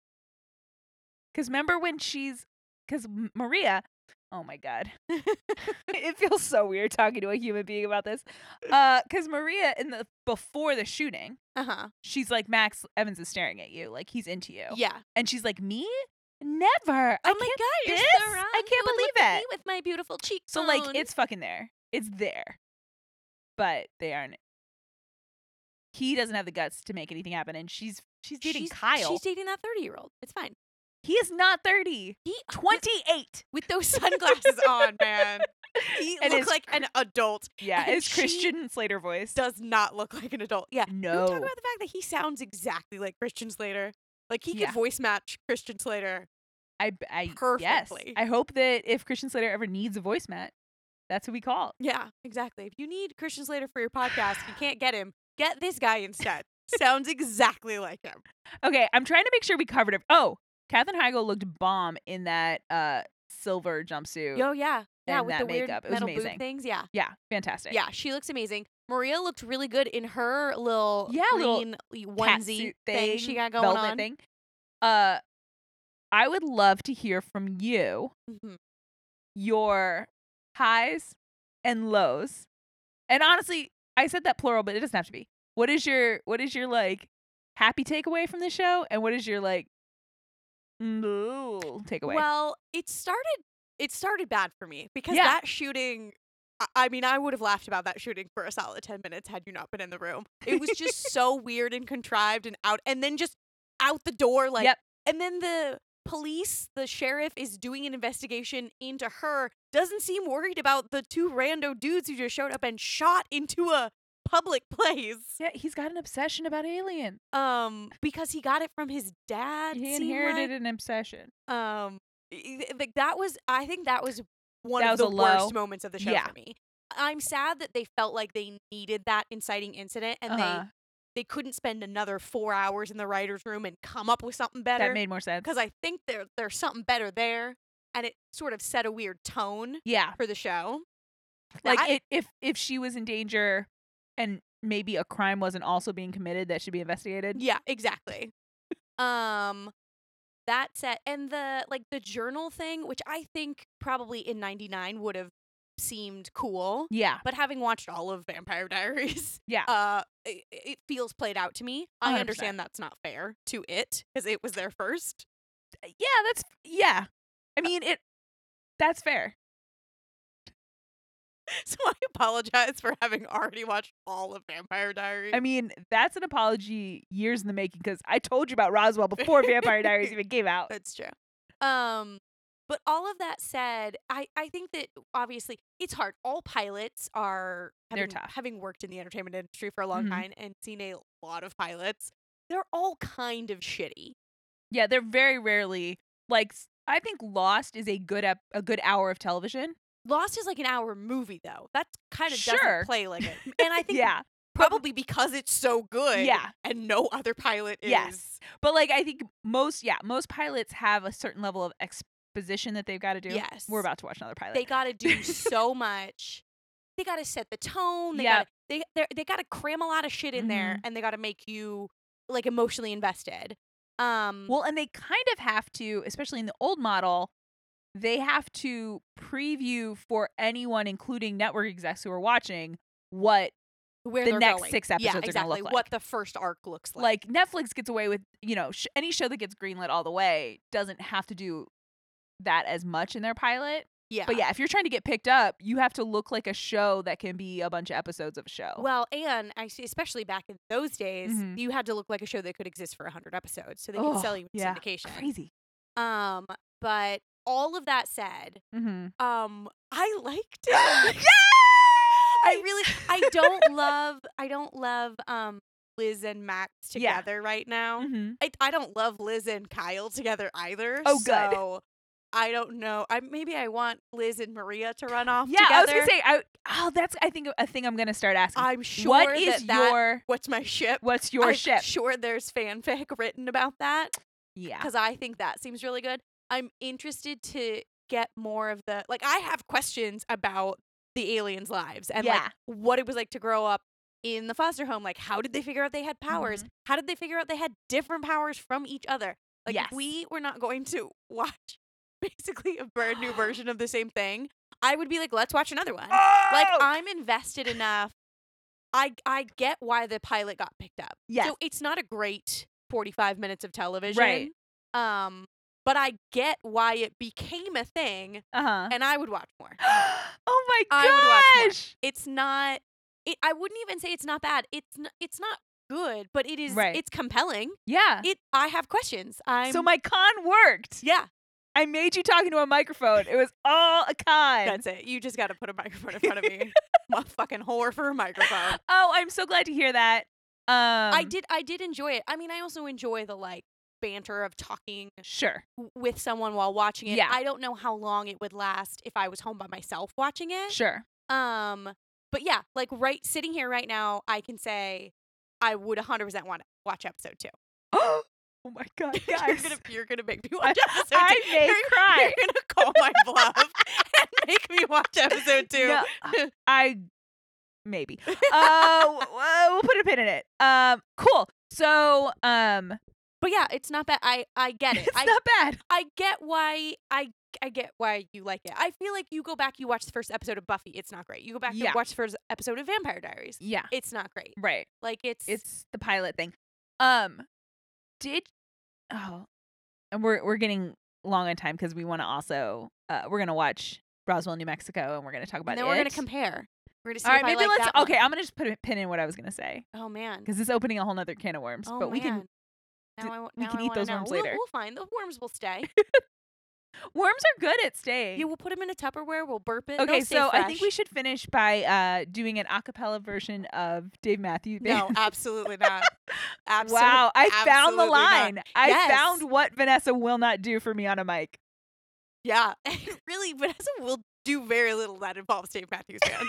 Speaker 1: Cuz remember when she's cuz M- Maria, oh my god. it feels so weird talking to a human being about this. Uh cuz Maria in the before the shooting,
Speaker 2: Uh huh.
Speaker 1: she's like Max Evans is staring at you, like he's into you.
Speaker 2: Yeah.
Speaker 1: And she's like, "Me? Never."
Speaker 2: Oh
Speaker 1: I
Speaker 2: my
Speaker 1: can't-
Speaker 2: god, you're
Speaker 1: this?
Speaker 2: so
Speaker 1: I
Speaker 2: wrong.
Speaker 1: can't
Speaker 2: You would
Speaker 1: believe
Speaker 2: look at me
Speaker 1: it.
Speaker 2: with my beautiful cheekbone.
Speaker 1: So like it's fucking there. It's there. But they aren't he doesn't have the guts to make anything happen and she's she's dating
Speaker 2: she's,
Speaker 1: Kyle.
Speaker 2: She's dating that thirty-year-old. It's fine.
Speaker 1: he is not 30.
Speaker 2: He uh, with,
Speaker 1: 28.
Speaker 2: with those sunglasses on, man. He
Speaker 1: And
Speaker 2: looks
Speaker 1: his
Speaker 2: like an adult.
Speaker 1: Yeah,
Speaker 2: and
Speaker 1: it's
Speaker 2: she
Speaker 1: Christian Slater voice.
Speaker 2: Does not look like an adult. Yeah. Can we
Speaker 1: No.
Speaker 2: talk about the fact that he sounds exactly like Christian Slater? Like he could
Speaker 1: Yeah.
Speaker 2: voice match Christian Slater.
Speaker 1: I I yes.
Speaker 2: Perfectly.
Speaker 1: I hope that if Christian Slater ever needs a voice match, that's who we call.
Speaker 2: Yeah, exactly. If you need Christian Slater for your podcast, you can't get him. Get this guy instead. Sounds exactly like him.
Speaker 1: Okay, I'm trying to make sure we covered it. Oh, Katherine Heigl looked bomb in that uh silver jumpsuit.
Speaker 2: Oh yeah, yeah,
Speaker 1: And
Speaker 2: with
Speaker 1: that
Speaker 2: the weird
Speaker 1: makeup, it was
Speaker 2: metal boob
Speaker 1: amazing.
Speaker 2: things. Yeah,
Speaker 1: Yeah, fantastic.
Speaker 2: yeah, she looks amazing. Maria looked really good in her little
Speaker 1: Yeah, little
Speaker 2: green e,
Speaker 1: cat
Speaker 2: onesie
Speaker 1: suit
Speaker 2: thing, she got going
Speaker 1: velvet
Speaker 2: on.
Speaker 1: Thing. Uh, I would love to hear from you
Speaker 2: Mhm.
Speaker 1: your highs and lows, and honestly, I said that plural, but it doesn't have to be. What is your what is your like happy takeaway from the show, and what is your like no takeaway?
Speaker 2: Well, it started. It started bad for me because
Speaker 1: Yeah.
Speaker 2: that shooting. I- I mean, I would have laughed about that shooting for a solid ten minutes had you not been in the room. It was just so weird and contrived and out, and then just out the door like.
Speaker 1: Yep.
Speaker 2: And then the police, the sheriff, is doing an investigation into her. Doesn't seem worried about the two rando dudes who just showed up and shot into a public place.
Speaker 1: yeah, he's got an obsession about aliens.
Speaker 2: um because he got it from his dad
Speaker 1: He
Speaker 2: seemed
Speaker 1: inherited
Speaker 2: like.
Speaker 1: an obsession.
Speaker 2: um i- i- like that was i think that was one
Speaker 1: That was
Speaker 2: of
Speaker 1: a
Speaker 2: the
Speaker 1: low.
Speaker 2: worst moments of the show
Speaker 1: Yeah.
Speaker 2: for me i'm sad that they felt like they needed that inciting incident and
Speaker 1: Uh-huh.
Speaker 2: they they couldn't spend another four hours in the writers room and come up with something better
Speaker 1: that made more sense.
Speaker 2: because i think there there's something better there and it sort of set a weird tone
Speaker 1: Yeah,
Speaker 2: for the show Now,
Speaker 1: like
Speaker 2: I-
Speaker 1: it, if if she was in danger and maybe a crime wasn't also being committed that should be investigated
Speaker 2: Yeah, exactly. um that set and the like the journal thing, which I think probably in 99 would have seemed cool,
Speaker 1: yeah
Speaker 2: but having watched all of Vampire Diaries,
Speaker 1: Yeah.
Speaker 2: uh it, it feels played out to me. I
Speaker 1: 100%.
Speaker 2: understand that's not fair to it cuz it was there first.
Speaker 1: Uh, yeah that's yeah
Speaker 2: Uh
Speaker 1: i mean it that's fair
Speaker 2: So I apologize for having already watched all of Vampire Diaries.
Speaker 1: i mean that's an apology years in the making because i told you about roswell before vampire diaries even came out
Speaker 2: That's true. Um, but all of that said, I I think that obviously it's hard. All pilots are
Speaker 1: They're
Speaker 2: having,
Speaker 1: tough.
Speaker 2: having worked in the entertainment industry for a long
Speaker 1: Mhm.
Speaker 2: time and seen a lot of pilots. They're all kind of shitty.
Speaker 1: yeah they're very rarely like s- i think lost is a good ep- a good hour of television
Speaker 2: Lost is like an hour movie though. That's kind of
Speaker 1: Sure.
Speaker 2: doesn't play like it. And I think
Speaker 1: yeah
Speaker 2: probably because it's so good.
Speaker 1: yeah
Speaker 2: And no other pilot is.
Speaker 1: Yes. but like i think most yeah most pilots have a certain level of exposition that they've got to do
Speaker 2: Yes.
Speaker 1: we're about to watch another pilot
Speaker 2: They got to do so much. They got to set the tone. They
Speaker 1: Yep. Mm-hmm.
Speaker 2: got they they're- they got to cram a lot of shit in there, and they got to make you like emotionally invested. Um,
Speaker 1: Well, and they kind of have to, especially in the old model, they have to preview for anyone, including network execs who are watching, what
Speaker 2: where
Speaker 1: the
Speaker 2: they're
Speaker 1: next
Speaker 2: going.
Speaker 1: six
Speaker 2: yeah,
Speaker 1: episodes are gonna
Speaker 2: exactly.
Speaker 1: look
Speaker 2: What
Speaker 1: like.
Speaker 2: the first arc looks like.
Speaker 1: like Netflix gets away with. You know, sh- any show that gets greenlit all the way doesn't have to do that as much in their pilot.
Speaker 2: yeah.
Speaker 1: But yeah, if you're trying to get picked up, you have to look like a show that can be a bunch of episodes of a show.
Speaker 2: Well, and I see- especially back in those days,
Speaker 1: Mhm.
Speaker 2: you had to look like a show that could exist for hundred episodes, so they could
Speaker 1: Oh,
Speaker 2: sell you in
Speaker 1: yeah.
Speaker 2: syndication.
Speaker 1: crazy.
Speaker 2: Um, but all of that said,
Speaker 3: Mm-hmm.
Speaker 1: Mm.
Speaker 2: um, I liked it. I
Speaker 1: Yay!
Speaker 2: really, I don't love, I don't love um Liz and Max
Speaker 1: Yeah.
Speaker 2: together right now.
Speaker 3: Mm-hmm.
Speaker 2: I, I don't love Liz and Kyle together either.
Speaker 1: Oh, good.
Speaker 2: So I don't know. I maybe I want Liz and Maria to run off
Speaker 1: Yeah,
Speaker 2: together.
Speaker 1: I was gonna say. I, oh, that's I think a thing I'm gonna start asking.
Speaker 2: am sure
Speaker 1: what is
Speaker 2: that that-
Speaker 1: your
Speaker 2: what's my ship?
Speaker 1: what's your
Speaker 2: I'm
Speaker 1: ship?
Speaker 2: Sure, there's fanfic written about that
Speaker 1: yeah.
Speaker 2: because I think that seems really good. I'm interested to get more of the like. I have questions about the aliens' lives and
Speaker 1: Yeah.
Speaker 2: like what it was like to grow up in the foster home. Like, how did they figure out they had powers?
Speaker 1: Mm-hmm.
Speaker 2: How did they figure out they had different powers from each other? Like, if
Speaker 1: Yes.
Speaker 2: we were not going to watch basically a brand new version of the same thing. I would be like, let's watch another one. Like,
Speaker 1: Oh!
Speaker 2: I'm invested enough. I I get why the pilot got picked up.
Speaker 1: Yes.
Speaker 2: So it's not a great 45 minutes of television.
Speaker 1: Right.
Speaker 2: Um, but I get why it became a thing,
Speaker 1: uh-huh.
Speaker 2: and I would watch more.
Speaker 1: oh my gosh.
Speaker 2: I would watch more. It's not. It, I wouldn't even say it's not bad. It's n- it's not good, but it is.
Speaker 1: Right.
Speaker 2: It's compelling.
Speaker 1: Yeah.
Speaker 2: It. I have questions. I'm.
Speaker 1: so my con worked.
Speaker 2: yeah,
Speaker 1: I made you talking to a microphone. It was all a con.
Speaker 2: that's it. You just got to put a microphone in front of me. i fucking whore for a microphone.
Speaker 1: oh, I'm so glad to hear that. Um,
Speaker 2: I did. I did enjoy it. I mean, I also enjoy the like banter of talking
Speaker 1: Sure.
Speaker 2: w- with someone while watching it.
Speaker 1: Yeah.
Speaker 2: I don't know how long it would last if I was home by myself watching it.
Speaker 1: Sure.
Speaker 2: Um, but yeah, like right sitting here right now, I can say I would 100% want to watch episode two.
Speaker 1: oh my god,
Speaker 2: you're
Speaker 1: guys.
Speaker 2: gonna you're gonna make me watch episode two.
Speaker 1: I may
Speaker 2: you're,
Speaker 1: cry.
Speaker 2: You're gonna call my bluff and make me watch episode two.
Speaker 1: No, I maybe. Uh, w- w- we'll put a pin in it. Um, cool. So, um,
Speaker 2: But yeah, it's not bad. I I get it.
Speaker 1: it's
Speaker 2: I
Speaker 1: not bad.
Speaker 2: I get why I I get why you like it. I feel like you go back, you watch the first episode of Buffy. It's not great. You go back,
Speaker 1: Yeah.
Speaker 2: you watch the first episode of Vampire Diaries.
Speaker 1: Yeah.
Speaker 2: It's not great.
Speaker 1: Right.
Speaker 2: Like it's
Speaker 1: It's the pilot thing. Um, did oh, and we're we're getting long on time because we want to also uh we're gonna watch Roswell, New Mexico, and we're gonna talk about
Speaker 2: and then we're gonna
Speaker 1: it.
Speaker 2: compare. We're gonna see
Speaker 1: All right,
Speaker 2: if I
Speaker 1: maybe
Speaker 2: like
Speaker 1: let's.
Speaker 2: that one.
Speaker 1: Okay, I'm gonna just put a pin in what I was gonna say
Speaker 2: Oh man.
Speaker 1: because it's opening a whole nother can of worms.
Speaker 2: Oh
Speaker 1: but
Speaker 2: man.
Speaker 1: we can.
Speaker 2: Now I, wa-
Speaker 1: we
Speaker 2: now
Speaker 1: can
Speaker 2: I
Speaker 1: eat
Speaker 2: wanna
Speaker 1: those
Speaker 2: know.
Speaker 1: worms
Speaker 2: We'll-
Speaker 1: later.
Speaker 2: We'll find the worms will stay.
Speaker 1: Worms are good at staying.
Speaker 2: yeah, we'll put them in a Tupperware. We'll burp it.
Speaker 1: Okay,
Speaker 2: They'll stay
Speaker 1: so I think
Speaker 2: fresh.
Speaker 1: we should finish by uh, doing an a cappella version of Dave Matthews.
Speaker 2: No,
Speaker 1: Band.
Speaker 2: absolutely not. Absolutely.
Speaker 1: wow, I found the
Speaker 2: absolutely not.
Speaker 1: line. I
Speaker 2: Yes.
Speaker 1: found what Vanessa will not do for me on a mic.
Speaker 2: Yeah, really, Vanessa will do very little that involves Dave Matthews Band.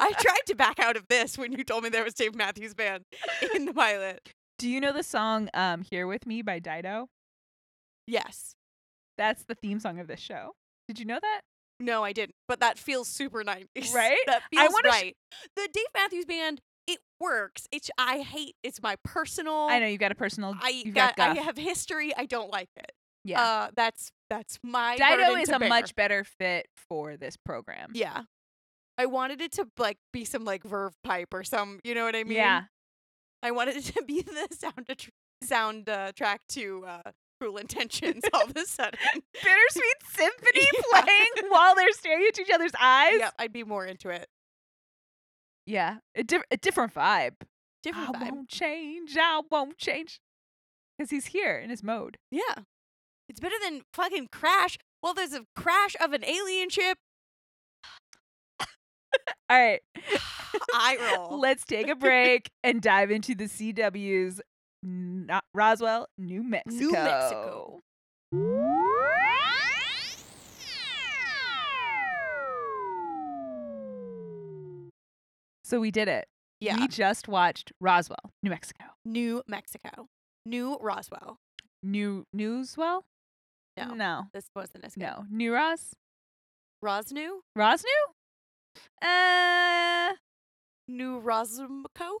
Speaker 2: I tried to back out of this when you told me there was Dave Matthews Band in the pilot.
Speaker 1: Do you know the song um, "Here with Me" by Dido?
Speaker 2: Yes.
Speaker 1: That's the theme song of this show. Did you know that?
Speaker 2: No, I didn't. But that feels super 90s.
Speaker 1: Right?
Speaker 2: That
Speaker 1: I
Speaker 2: feels
Speaker 1: wanna sh-
Speaker 2: right. the Dave Matthews Band, it works. It's I hate. It's my personal.
Speaker 1: I know you got a personal.
Speaker 2: I
Speaker 1: you've
Speaker 2: got.
Speaker 1: got,
Speaker 2: I
Speaker 1: guff.
Speaker 2: have history. I don't like it.
Speaker 1: yeah.
Speaker 2: Uh, that's that's my.
Speaker 1: Dido
Speaker 2: burden
Speaker 1: is
Speaker 2: to
Speaker 1: a
Speaker 2: bear.
Speaker 1: much better fit for this program.
Speaker 2: Yeah. I wanted it to like be some like Verve Pipe or some. You know what I mean?
Speaker 1: yeah.
Speaker 2: I wanted it to be the sound atr- sound uh, track to uh, Cruel Intentions all of a sudden.
Speaker 1: Bittersweet Symphony
Speaker 2: Yeah.
Speaker 1: playing while they're staring into each other's eyes.
Speaker 2: yeah, I'd be more into it.
Speaker 1: Yeah, a, diff- a different vibe.
Speaker 2: Different
Speaker 1: I
Speaker 2: vibe.
Speaker 1: won't change. I won't change. Because he's here in his mode.
Speaker 2: Yeah. It's better than fucking Crash. Well, there's a crash of an alien ship.
Speaker 1: All right.
Speaker 2: I roll.
Speaker 1: Let's take a break and dive into the CW's not uh, Roswell, New Mexico.
Speaker 2: Mexico.
Speaker 1: So we did it.
Speaker 2: yeah.
Speaker 1: We just watched Roswell, New Mexico.
Speaker 2: New Mexico. New Roswell.
Speaker 1: New Newswell?
Speaker 2: No.
Speaker 1: No.
Speaker 2: This wasn't as good.
Speaker 1: No. New Ros?
Speaker 2: Rosnew?
Speaker 1: Rosnew? Uh
Speaker 2: New Rosmico?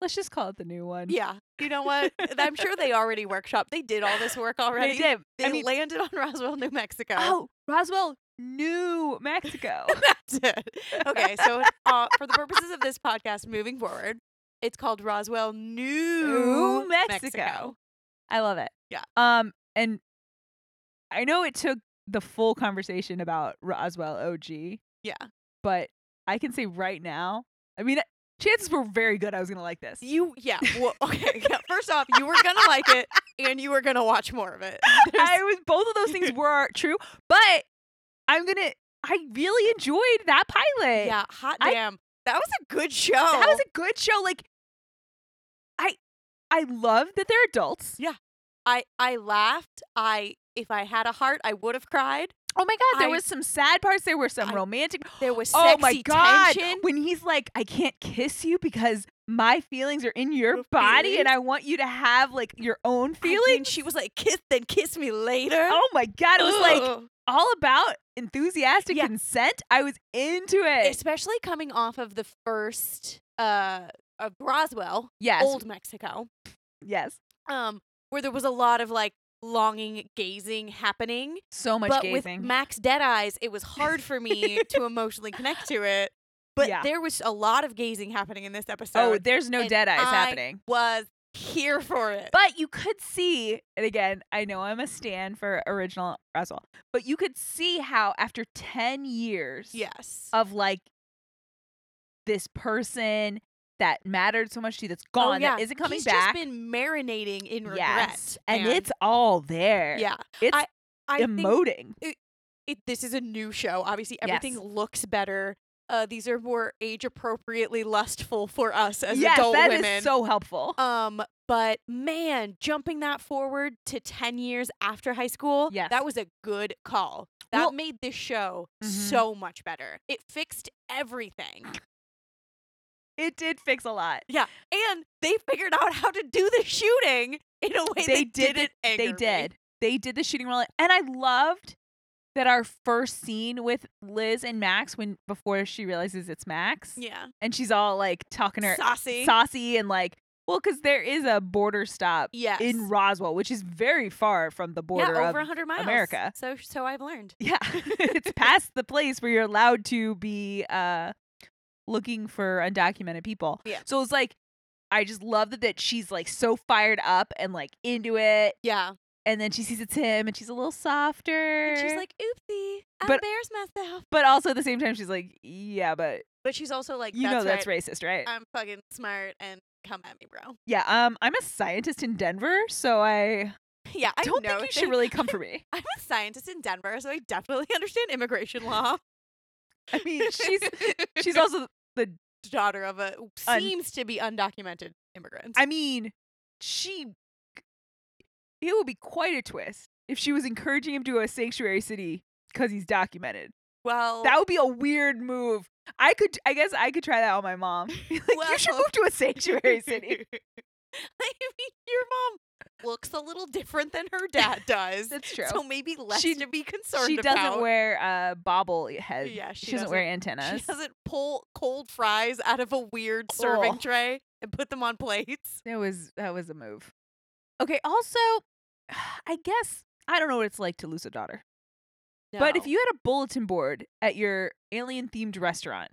Speaker 1: let's just call it the new one.
Speaker 2: Yeah. You know what? I'm sure they already workshop. They did all this work already.
Speaker 1: They did.
Speaker 2: They
Speaker 1: I mean,
Speaker 2: landed on Roswell, New Mexico.
Speaker 1: oh, Roswell, New Mexico.
Speaker 2: That's it. Okay, so uh, for the purposes of this podcast moving forward, it's called Roswell, New
Speaker 1: New Mexico. I love it.
Speaker 2: Yeah.
Speaker 1: Um, and I know it took the full conversation about Roswell OG.
Speaker 2: Yeah.
Speaker 1: But I can say right now, I mean, chances were very good I was gonna like this.
Speaker 2: You, yeah. Well, okay. Yeah. First off, you were gonna like it. and you were gonna watch more of it. There's-
Speaker 1: I was both of those things were true, but I'm gonna. I really enjoyed that pilot.
Speaker 2: yeah, Oh. hot
Speaker 1: I-
Speaker 2: damn. that was a good show.
Speaker 1: that was a good show. Like, I, I love that they're adults.
Speaker 2: I I laughed. I if I had a heart, I would have cried.
Speaker 1: Oh my god, there
Speaker 2: I-
Speaker 1: was some sad parts. There were some
Speaker 2: I-
Speaker 1: romantic.
Speaker 2: There was
Speaker 1: Oh
Speaker 2: sexy
Speaker 1: my god,
Speaker 2: tension.
Speaker 1: when he's like, I can't kiss you because my feelings are in your
Speaker 2: Your
Speaker 1: body,
Speaker 2: feelings?
Speaker 1: and I want you to have like your own
Speaker 2: And
Speaker 1: feelings.
Speaker 2: she was like, "Kiss, then kiss me later."
Speaker 1: Oh my god, it was like
Speaker 2: Ugh.
Speaker 1: all about enthusiastic
Speaker 2: Yeah.
Speaker 1: consent. I was into it.
Speaker 2: especially coming off of the first uh of Roswell,
Speaker 1: yes,
Speaker 2: old Mexico,
Speaker 1: yes,
Speaker 2: um, where there was a lot of like longing gazing happening.
Speaker 1: so much
Speaker 2: but
Speaker 1: gazing.
Speaker 2: with Max Dead Eyes, it was hard for me to emotionally connect to it. But
Speaker 1: Yeah.
Speaker 2: there was a lot of gazing happening in this episode.
Speaker 1: oh, there's no
Speaker 2: and
Speaker 1: dead eyes
Speaker 2: I-
Speaker 1: happening.
Speaker 2: was here for it.
Speaker 1: But you could see, and again, I know I'm a stand for original Roswell, but you could see how after 10 years
Speaker 2: yes.
Speaker 1: of like this person that mattered so much to you that's gone, that isn't coming
Speaker 2: Oh, He's
Speaker 1: back.
Speaker 2: just been marinating in regret.
Speaker 1: yes. And,
Speaker 2: man.
Speaker 1: it's all there.
Speaker 2: yeah.
Speaker 1: It's
Speaker 2: I- I think
Speaker 1: emoting.
Speaker 2: it, this is a new show. Obviously, everything
Speaker 1: Yes.
Speaker 2: looks better. Uh, these are more age appropriately lustful for us as
Speaker 1: yes,
Speaker 2: adult
Speaker 1: that is
Speaker 2: women.
Speaker 1: so helpful.
Speaker 2: um, but man, jumping that forward to ten years after high school,
Speaker 1: Yes.
Speaker 2: that was a good call. That
Speaker 1: Well-
Speaker 2: made this show
Speaker 1: Mhm.
Speaker 2: so much better. It fixed everything,
Speaker 1: it did fix a lot.
Speaker 2: and they figured out how to do the shooting in a way
Speaker 1: They
Speaker 2: that
Speaker 1: did
Speaker 2: didn't. anger
Speaker 1: they
Speaker 2: me.
Speaker 1: did. They did the shooting roll, and I loved that our first scene with Liz and Max when before she realizes it's Max,
Speaker 2: Yeah,
Speaker 1: and she's all like talking her
Speaker 2: saucy.
Speaker 1: saucy and like, well, because there is a border stop
Speaker 2: yes.
Speaker 1: in Roswell, which is very far from the border
Speaker 2: yeah,
Speaker 1: of
Speaker 2: over a 100 miles.
Speaker 1: America.
Speaker 2: So so I've learned.
Speaker 1: yeah, it's past the place where you're allowed to be uh looking for undocumented people.
Speaker 2: Yeah.
Speaker 1: so it's like. I just love that, that she's like so fired up and like into it
Speaker 2: Yeah.
Speaker 1: and then she sees it's him and she's a little softer.
Speaker 2: And she's like, oopsie, I
Speaker 1: But-
Speaker 2: embarrassed myself.
Speaker 1: but also at the same time, she's like, yeah, but
Speaker 2: But she's also like,
Speaker 1: you
Speaker 2: that's
Speaker 1: know that's
Speaker 2: right.
Speaker 1: racist, right?
Speaker 2: I'm fucking smart and come at me, bro.
Speaker 1: yeah, um, I'm a scientist in Denver, so I
Speaker 2: Yeah, I
Speaker 1: don't
Speaker 2: know
Speaker 1: think you should
Speaker 2: things.
Speaker 1: really come for me.
Speaker 2: I'm a scientist in Denver, so I definitely understand immigration law.
Speaker 1: I mean, she's she's also,
Speaker 2: daughter of a
Speaker 1: Un-
Speaker 2: seems to be undocumented immigrant.
Speaker 1: I mean, she. It would be quite a twist if she was encouraging him to go to sanctuary city because he's documented.
Speaker 2: well,
Speaker 1: That would be a weird move. I could, I guess, I could try that on my mom. like, you should
Speaker 2: Well-
Speaker 1: move to a sanctuary city.
Speaker 2: I mean, your mom looks a little different than her dad does.
Speaker 1: That's true.
Speaker 2: So maybe less
Speaker 1: She-
Speaker 2: to be concerned
Speaker 1: she doesn't
Speaker 2: about.
Speaker 1: wear uh bobble head.
Speaker 2: Yeah, she
Speaker 1: she, doesn't, wear antennas.
Speaker 2: She doesn't pull cold fries out of a
Speaker 1: Oh.
Speaker 2: weird serving
Speaker 1: Ugh.
Speaker 2: tray and put them on plates.
Speaker 1: That was that was a move. Okay. Also, I guess I don't know what it's like to lose a daughter, but if
Speaker 2: No.
Speaker 1: you had a bulletin board at your alien themed restaurant,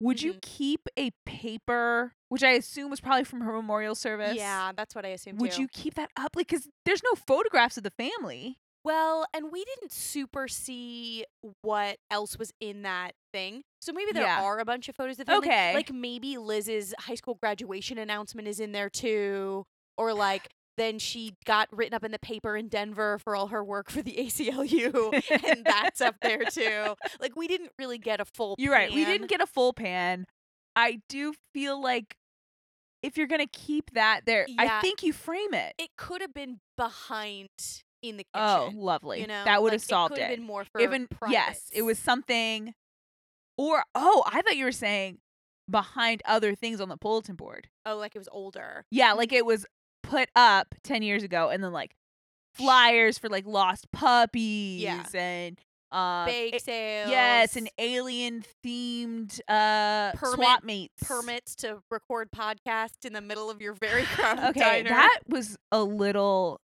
Speaker 1: would you
Speaker 2: Mm-hmm.
Speaker 1: keep a paper, which I assume was probably from her memorial service?
Speaker 2: yeah, that's what I assumed.
Speaker 1: Would
Speaker 2: too.
Speaker 1: you keep that up? Like, cause there's no photographs of the family.
Speaker 2: Well, and we didn't super see what else was in that thing. So maybe there
Speaker 1: Yeah.
Speaker 2: are a bunch of photos of family.
Speaker 1: Okay.
Speaker 2: Like maybe Liz's high school graduation announcement is in there too. Or like then she got written up in the paper in Denver for all her work for the ACLU. and that's up there too. Like we didn't really get a full
Speaker 1: You're right. We
Speaker 2: pan.
Speaker 1: didn't get a full pan. I do feel like if you're gonna keep that there, I
Speaker 2: Yeah.
Speaker 1: think you frame it.
Speaker 2: it could have been behind in the kitchen.
Speaker 1: Oh, lovely.
Speaker 2: you know,
Speaker 1: that would
Speaker 2: Like,
Speaker 1: have solved
Speaker 2: It could
Speaker 1: it.
Speaker 2: have been more for
Speaker 1: Even yes, it
Speaker 2: privates.
Speaker 1: was something. Or oh, I thought you were saying behind other things on the bulletin board.
Speaker 2: oh, like it was older.
Speaker 1: Yeah, like it was put up ten years ago, and then like flyers for like lost puppies and uh,
Speaker 2: Bake
Speaker 1: a-
Speaker 2: sales.
Speaker 1: yes, and alien themed uh
Speaker 2: Permit-
Speaker 1: swap mates.
Speaker 2: permits to record podcasts in the middle of your very crowded
Speaker 1: Okay,
Speaker 2: diner.
Speaker 1: that was a little.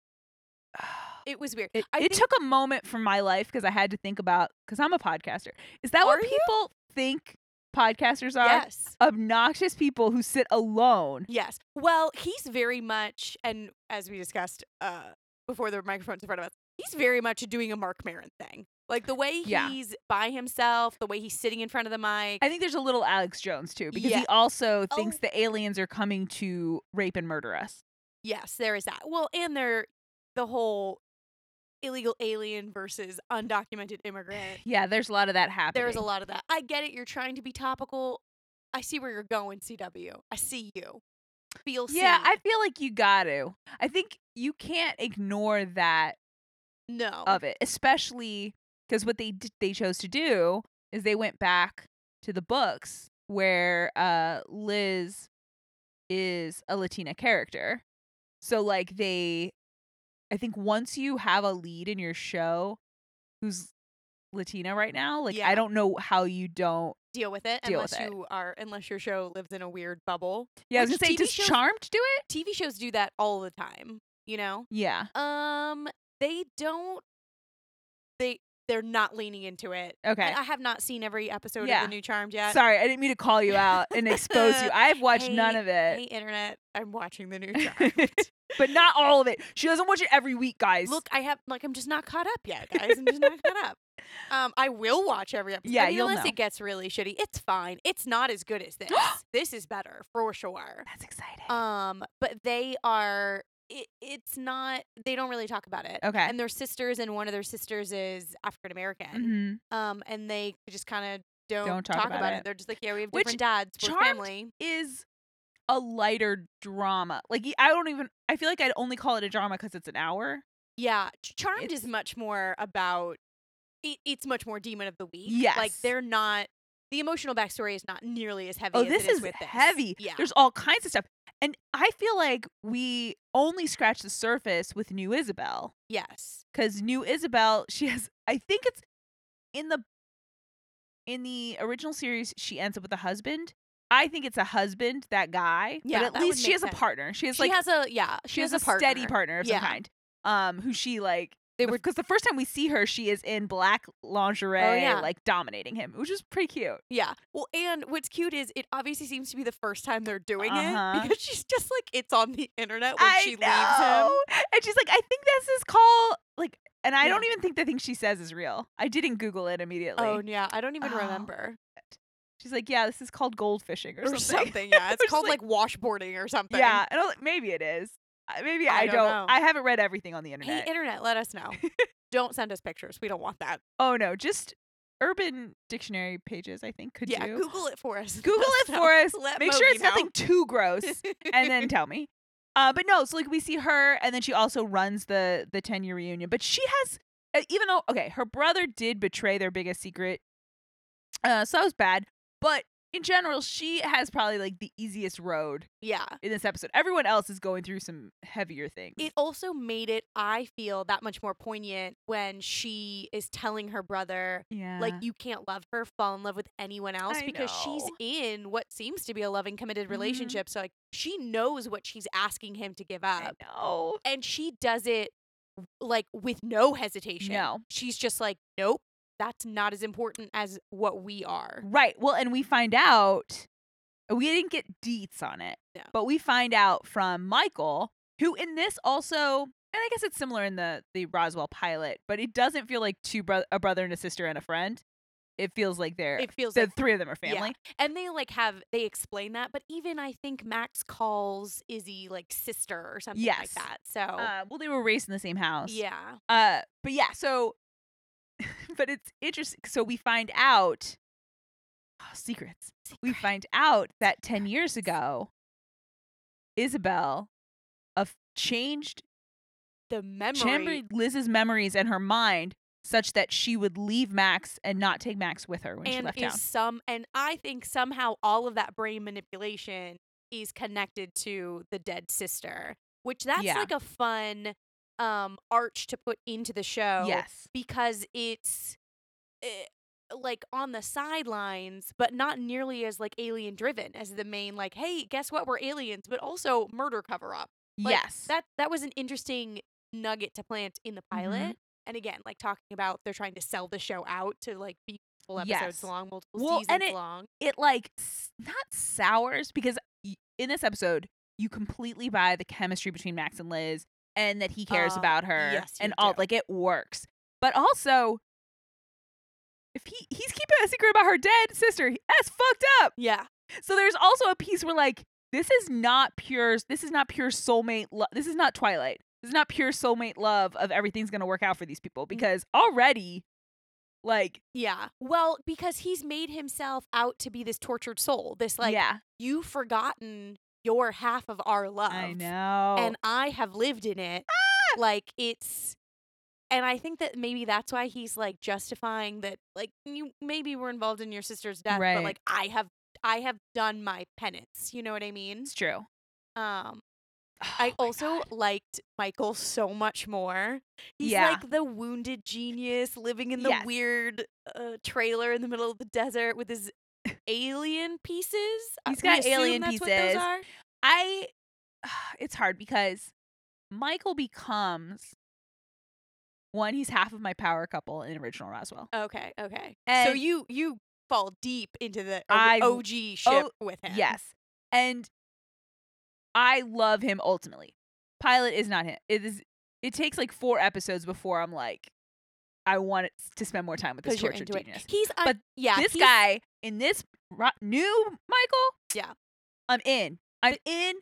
Speaker 2: it was weird.
Speaker 1: It,
Speaker 2: I
Speaker 1: it
Speaker 2: think-
Speaker 1: took a moment from my life because I had to think about because I'm a podcaster. Is that what
Speaker 2: Are you?
Speaker 1: people think podcasters are?
Speaker 2: yes.
Speaker 1: Obnoxious people who sit alone.
Speaker 2: Yes. Well, he's very much, and as we discussed uh, before the microphones in front of us, he's very much doing a Mark Maron thing. Like the way
Speaker 1: Yeah.
Speaker 2: he's by himself, the way he's sitting in front of the mic.
Speaker 1: I think there's a little Alex Jones too because
Speaker 2: Yeah.
Speaker 1: he also thinks
Speaker 2: Oh.
Speaker 1: the aliens are coming to rape and murder us.
Speaker 2: yes, there is that. Well, and they're the whole illegal alien versus undocumented immigrant.
Speaker 1: Yeah, there's a lot of that happening.
Speaker 2: There is a lot of that. I get it. You're trying to be topical. I see where you're going, CW. I see you. Feel
Speaker 1: Yeah,
Speaker 2: seen.
Speaker 1: I feel like you got to. I think you can't ignore that
Speaker 2: no.
Speaker 1: of it, especially because what they d- they chose to do is they went back to the books where uh Liz is a Latina character. So like they I think once you have a lead in your show who's Latina right now, like
Speaker 2: Yeah.
Speaker 1: I don't know how you don't
Speaker 2: deal with it
Speaker 1: deal with
Speaker 2: unless
Speaker 1: it.
Speaker 2: you are unless your show lives in a weird bubble.
Speaker 1: Yeah, I was
Speaker 2: Which
Speaker 1: gonna say
Speaker 2: TV
Speaker 1: does
Speaker 2: shows-
Speaker 1: Charmed do it?
Speaker 2: TV shows do that all the time, you know?
Speaker 1: Yeah.
Speaker 2: Um they don't they they're not leaning into it.
Speaker 1: Okay.
Speaker 2: I, I have not seen every episode
Speaker 1: Yeah.
Speaker 2: of the new Charmed yet.
Speaker 1: Sorry, I didn't mean to call you out and expose you. I've watched none
Speaker 2: Hey,
Speaker 1: of it.
Speaker 2: Hey internet, I'm watching the new Charmed.
Speaker 1: but not all of it. She doesn't watch it every week, guys.
Speaker 2: Look, I have like I'm just not caught up yet, guys. I'm just not caught up. Um, I will watch every episode.
Speaker 1: Yeah,
Speaker 2: I mean,
Speaker 1: you'll
Speaker 2: unless
Speaker 1: know.
Speaker 2: it gets really shitty, it's fine. It's not as good as this. this is better for sure.
Speaker 1: that's exciting.
Speaker 2: Um, but they are. It, it's not. They don't really talk about it.
Speaker 1: okay.
Speaker 2: And they're sisters, and one of their sisters is African American.
Speaker 1: Mhm.
Speaker 2: Um, and they just kind of don't,
Speaker 1: Don't talk about
Speaker 2: about
Speaker 1: it.
Speaker 2: They're just like, yeah, we have
Speaker 1: Which
Speaker 2: different dads. We're
Speaker 1: Charmed-
Speaker 2: family.
Speaker 1: Is a lighter drama. Like y- I don't even. I feel like I'd only call it a drama because it's an hour.
Speaker 2: Yeah, Ch- Charmed
Speaker 1: It's-
Speaker 2: is much more about it, it's much more demon of the week. like
Speaker 1: Yes.
Speaker 2: they're not the emotional backstory is not nearly as heavy.
Speaker 1: oh,
Speaker 2: as
Speaker 1: this
Speaker 2: it is,
Speaker 1: is
Speaker 2: with this.
Speaker 1: heavy.
Speaker 2: Yeah,
Speaker 1: There's all kinds of stuff, and I feel like we only scratched the surface with New Isabel
Speaker 2: yes,
Speaker 1: because New Isabel she has. I think it's in the in the original series she ends up with a husband. I think it's a husband, that guy.
Speaker 2: Yeah,
Speaker 1: but
Speaker 2: that
Speaker 1: at
Speaker 2: would
Speaker 1: least she
Speaker 2: make
Speaker 1: has
Speaker 2: sense.
Speaker 1: a partner. She has
Speaker 2: she
Speaker 1: like
Speaker 2: has a yeah, she,
Speaker 1: she has, a
Speaker 2: partner.
Speaker 1: steady partner of some
Speaker 2: Yeah.
Speaker 1: kind. Um, who she like
Speaker 2: They
Speaker 1: they
Speaker 2: were- Oh,
Speaker 1: were because the first time we see her, she is in black lingerie,
Speaker 2: yeah.
Speaker 1: like dominating him, which is pretty cute.
Speaker 2: Yeah, well, and what's cute is it obviously seems to be the first time they're doing
Speaker 1: Uh-huh.
Speaker 2: it because she's just like it's on the internet when she leaves him.
Speaker 1: him, and she's like, "I think this is called like," and I
Speaker 2: Yeah.
Speaker 1: don't even think the thing she says is real. I didn't Google it immediately.
Speaker 2: Oh yeah, I don't even
Speaker 1: Oh,
Speaker 2: remember
Speaker 1: She's like, "Yeah, this is called goldfishing or,
Speaker 2: or something. Yeah, it's
Speaker 1: Just
Speaker 2: called like,
Speaker 1: like-
Speaker 2: washboarding or something.
Speaker 1: Yeah, and I was like, maybe it is. Uh, Maybe
Speaker 2: I
Speaker 1: I,
Speaker 2: don't
Speaker 1: don't.
Speaker 2: know.
Speaker 1: I haven't read everything on the internet.
Speaker 2: Hey, internet, let us know. don't send us pictures. We don't want that.
Speaker 1: oh no, just Urban Dictionary pages. I think could
Speaker 2: yeah,
Speaker 1: do.
Speaker 2: Google it for us.
Speaker 1: Google
Speaker 2: Let
Speaker 1: it for us.
Speaker 2: Let
Speaker 1: Make sure
Speaker 2: Mogi
Speaker 1: it's nothing too gross,
Speaker 2: know.
Speaker 1: and then tell me. Uh, but no, so like we see her, and then she also runs the the ten year reunion. But she has, uh, even though okay, her brother did betray their biggest secret, uh, so that was bad. But in general, she has probably like the easiest road
Speaker 2: yeah.
Speaker 1: in this episode. Everyone else is going through some heavier things.
Speaker 2: It also made it, I feel, that much more poignant when she is telling her brother,
Speaker 1: yeah,
Speaker 2: like, you can't love her, fall in love with anyone else
Speaker 1: I
Speaker 2: because she's
Speaker 1: know.
Speaker 2: in what seems to be a loving, committed
Speaker 1: Mhm.
Speaker 2: relationship. So, like, she knows what she's asking him to give
Speaker 1: I
Speaker 2: up.
Speaker 1: know.
Speaker 2: And she does it, like, with no hesitation.
Speaker 1: No.
Speaker 2: She's just like, nope, that's not as important as what we are.
Speaker 1: Right. Well, and we find out we didn't get deets on it,
Speaker 2: No.
Speaker 1: but we find out from Michael, who in this also, and I guess it's similar in the the Roswell pilot, but it doesn't feel like two bro- a brother and a sister and a friend. It feels like they're
Speaker 2: It feels
Speaker 1: the
Speaker 2: like
Speaker 1: three of them are
Speaker 2: yeah.
Speaker 1: family.
Speaker 2: and they like have they explain that but even i think max calls izzy like sister or something like
Speaker 1: Yes.
Speaker 2: that so
Speaker 1: Uh, well, they were raised in the same house.
Speaker 2: yeah
Speaker 1: Uh, but yeah, so, but it's interesting. So we find out oh, secrets. We find out that 10 years ago, Isabel of changed
Speaker 2: the memory
Speaker 1: chambered Liz's memories and her mind such that she would leave Max and not take Max with her when she
Speaker 2: and
Speaker 1: left
Speaker 2: is
Speaker 1: town.
Speaker 2: some and i think somehow all of that brain manipulation is connected to the dead sister which that's
Speaker 1: Yeah.
Speaker 2: like a fun um arch to put into the show
Speaker 1: Yes.
Speaker 2: because it's eh, like on the sidelines but not nearly as like alien driven as the main like hey guess what we're aliens but also murder cover up like,
Speaker 1: yes.
Speaker 2: that that was an interesting nugget to plant in the
Speaker 1: Mm-hmm.
Speaker 2: pilot and again like talking about they're trying to sell the show out to like be multiple episodes
Speaker 1: Yes.
Speaker 2: long multiple
Speaker 1: Well, and
Speaker 2: seasons
Speaker 1: it-
Speaker 2: long
Speaker 1: it like s- not sours because y- in this episode you completely buy the chemistry between Max and Liz and that he cares
Speaker 2: Uh,
Speaker 1: about her
Speaker 2: yes, you
Speaker 1: and all
Speaker 2: do.
Speaker 1: like it works. But also if he he's keeping a secret about her dead sister, he- that's fucked up.
Speaker 2: yeah
Speaker 1: So there's also a piece where like this is not pure this is not pure soulmate love. This is not Twilight. This is not pure soulmate love of everything's gonna work out for these
Speaker 2: Mm.
Speaker 1: people because already, like,
Speaker 2: Yeah. Well, because he's made himself out to be this tortured soul, this like
Speaker 1: yeah,
Speaker 2: you've forgotten your half of our love.
Speaker 1: I know.
Speaker 2: And I have lived in it.
Speaker 1: Ah!
Speaker 2: Like it's and I think that maybe that's why he's like justifying that like you maybe were involved in your sister's death,
Speaker 1: Right.
Speaker 2: but like I have I have done my penance. You know what I mean?
Speaker 1: it's true.
Speaker 2: Um
Speaker 1: Oh
Speaker 2: I
Speaker 1: my
Speaker 2: also
Speaker 1: God.
Speaker 2: liked Michael so much more. He's
Speaker 1: Yeah.
Speaker 2: like the wounded genius living in the
Speaker 1: Yes.
Speaker 2: weird uh, trailer in the middle of the desert with his alien pieces. Uh,
Speaker 1: He's
Speaker 2: we
Speaker 1: got
Speaker 2: assume
Speaker 1: alien
Speaker 2: that's What those
Speaker 1: pieces.
Speaker 2: are?
Speaker 1: I it's hard because Michael becomes one, he's half of my power couple in original Roswell.
Speaker 2: Okay, okay. so
Speaker 1: And-
Speaker 2: you you fall deep into the
Speaker 1: I-
Speaker 2: o- OG ship with him.
Speaker 1: Yes. And I love him ultimately. Pilot is not him. It is it takes like four episodes before I'm like, I want it to spend more time with this
Speaker 2: because you're
Speaker 1: tortured
Speaker 2: into it.
Speaker 1: genius.
Speaker 2: He's un-
Speaker 1: But
Speaker 2: yeah,
Speaker 1: this
Speaker 2: he's-
Speaker 1: guy in this ro- new Michael,
Speaker 2: Yeah.
Speaker 1: I'm in. I'm in,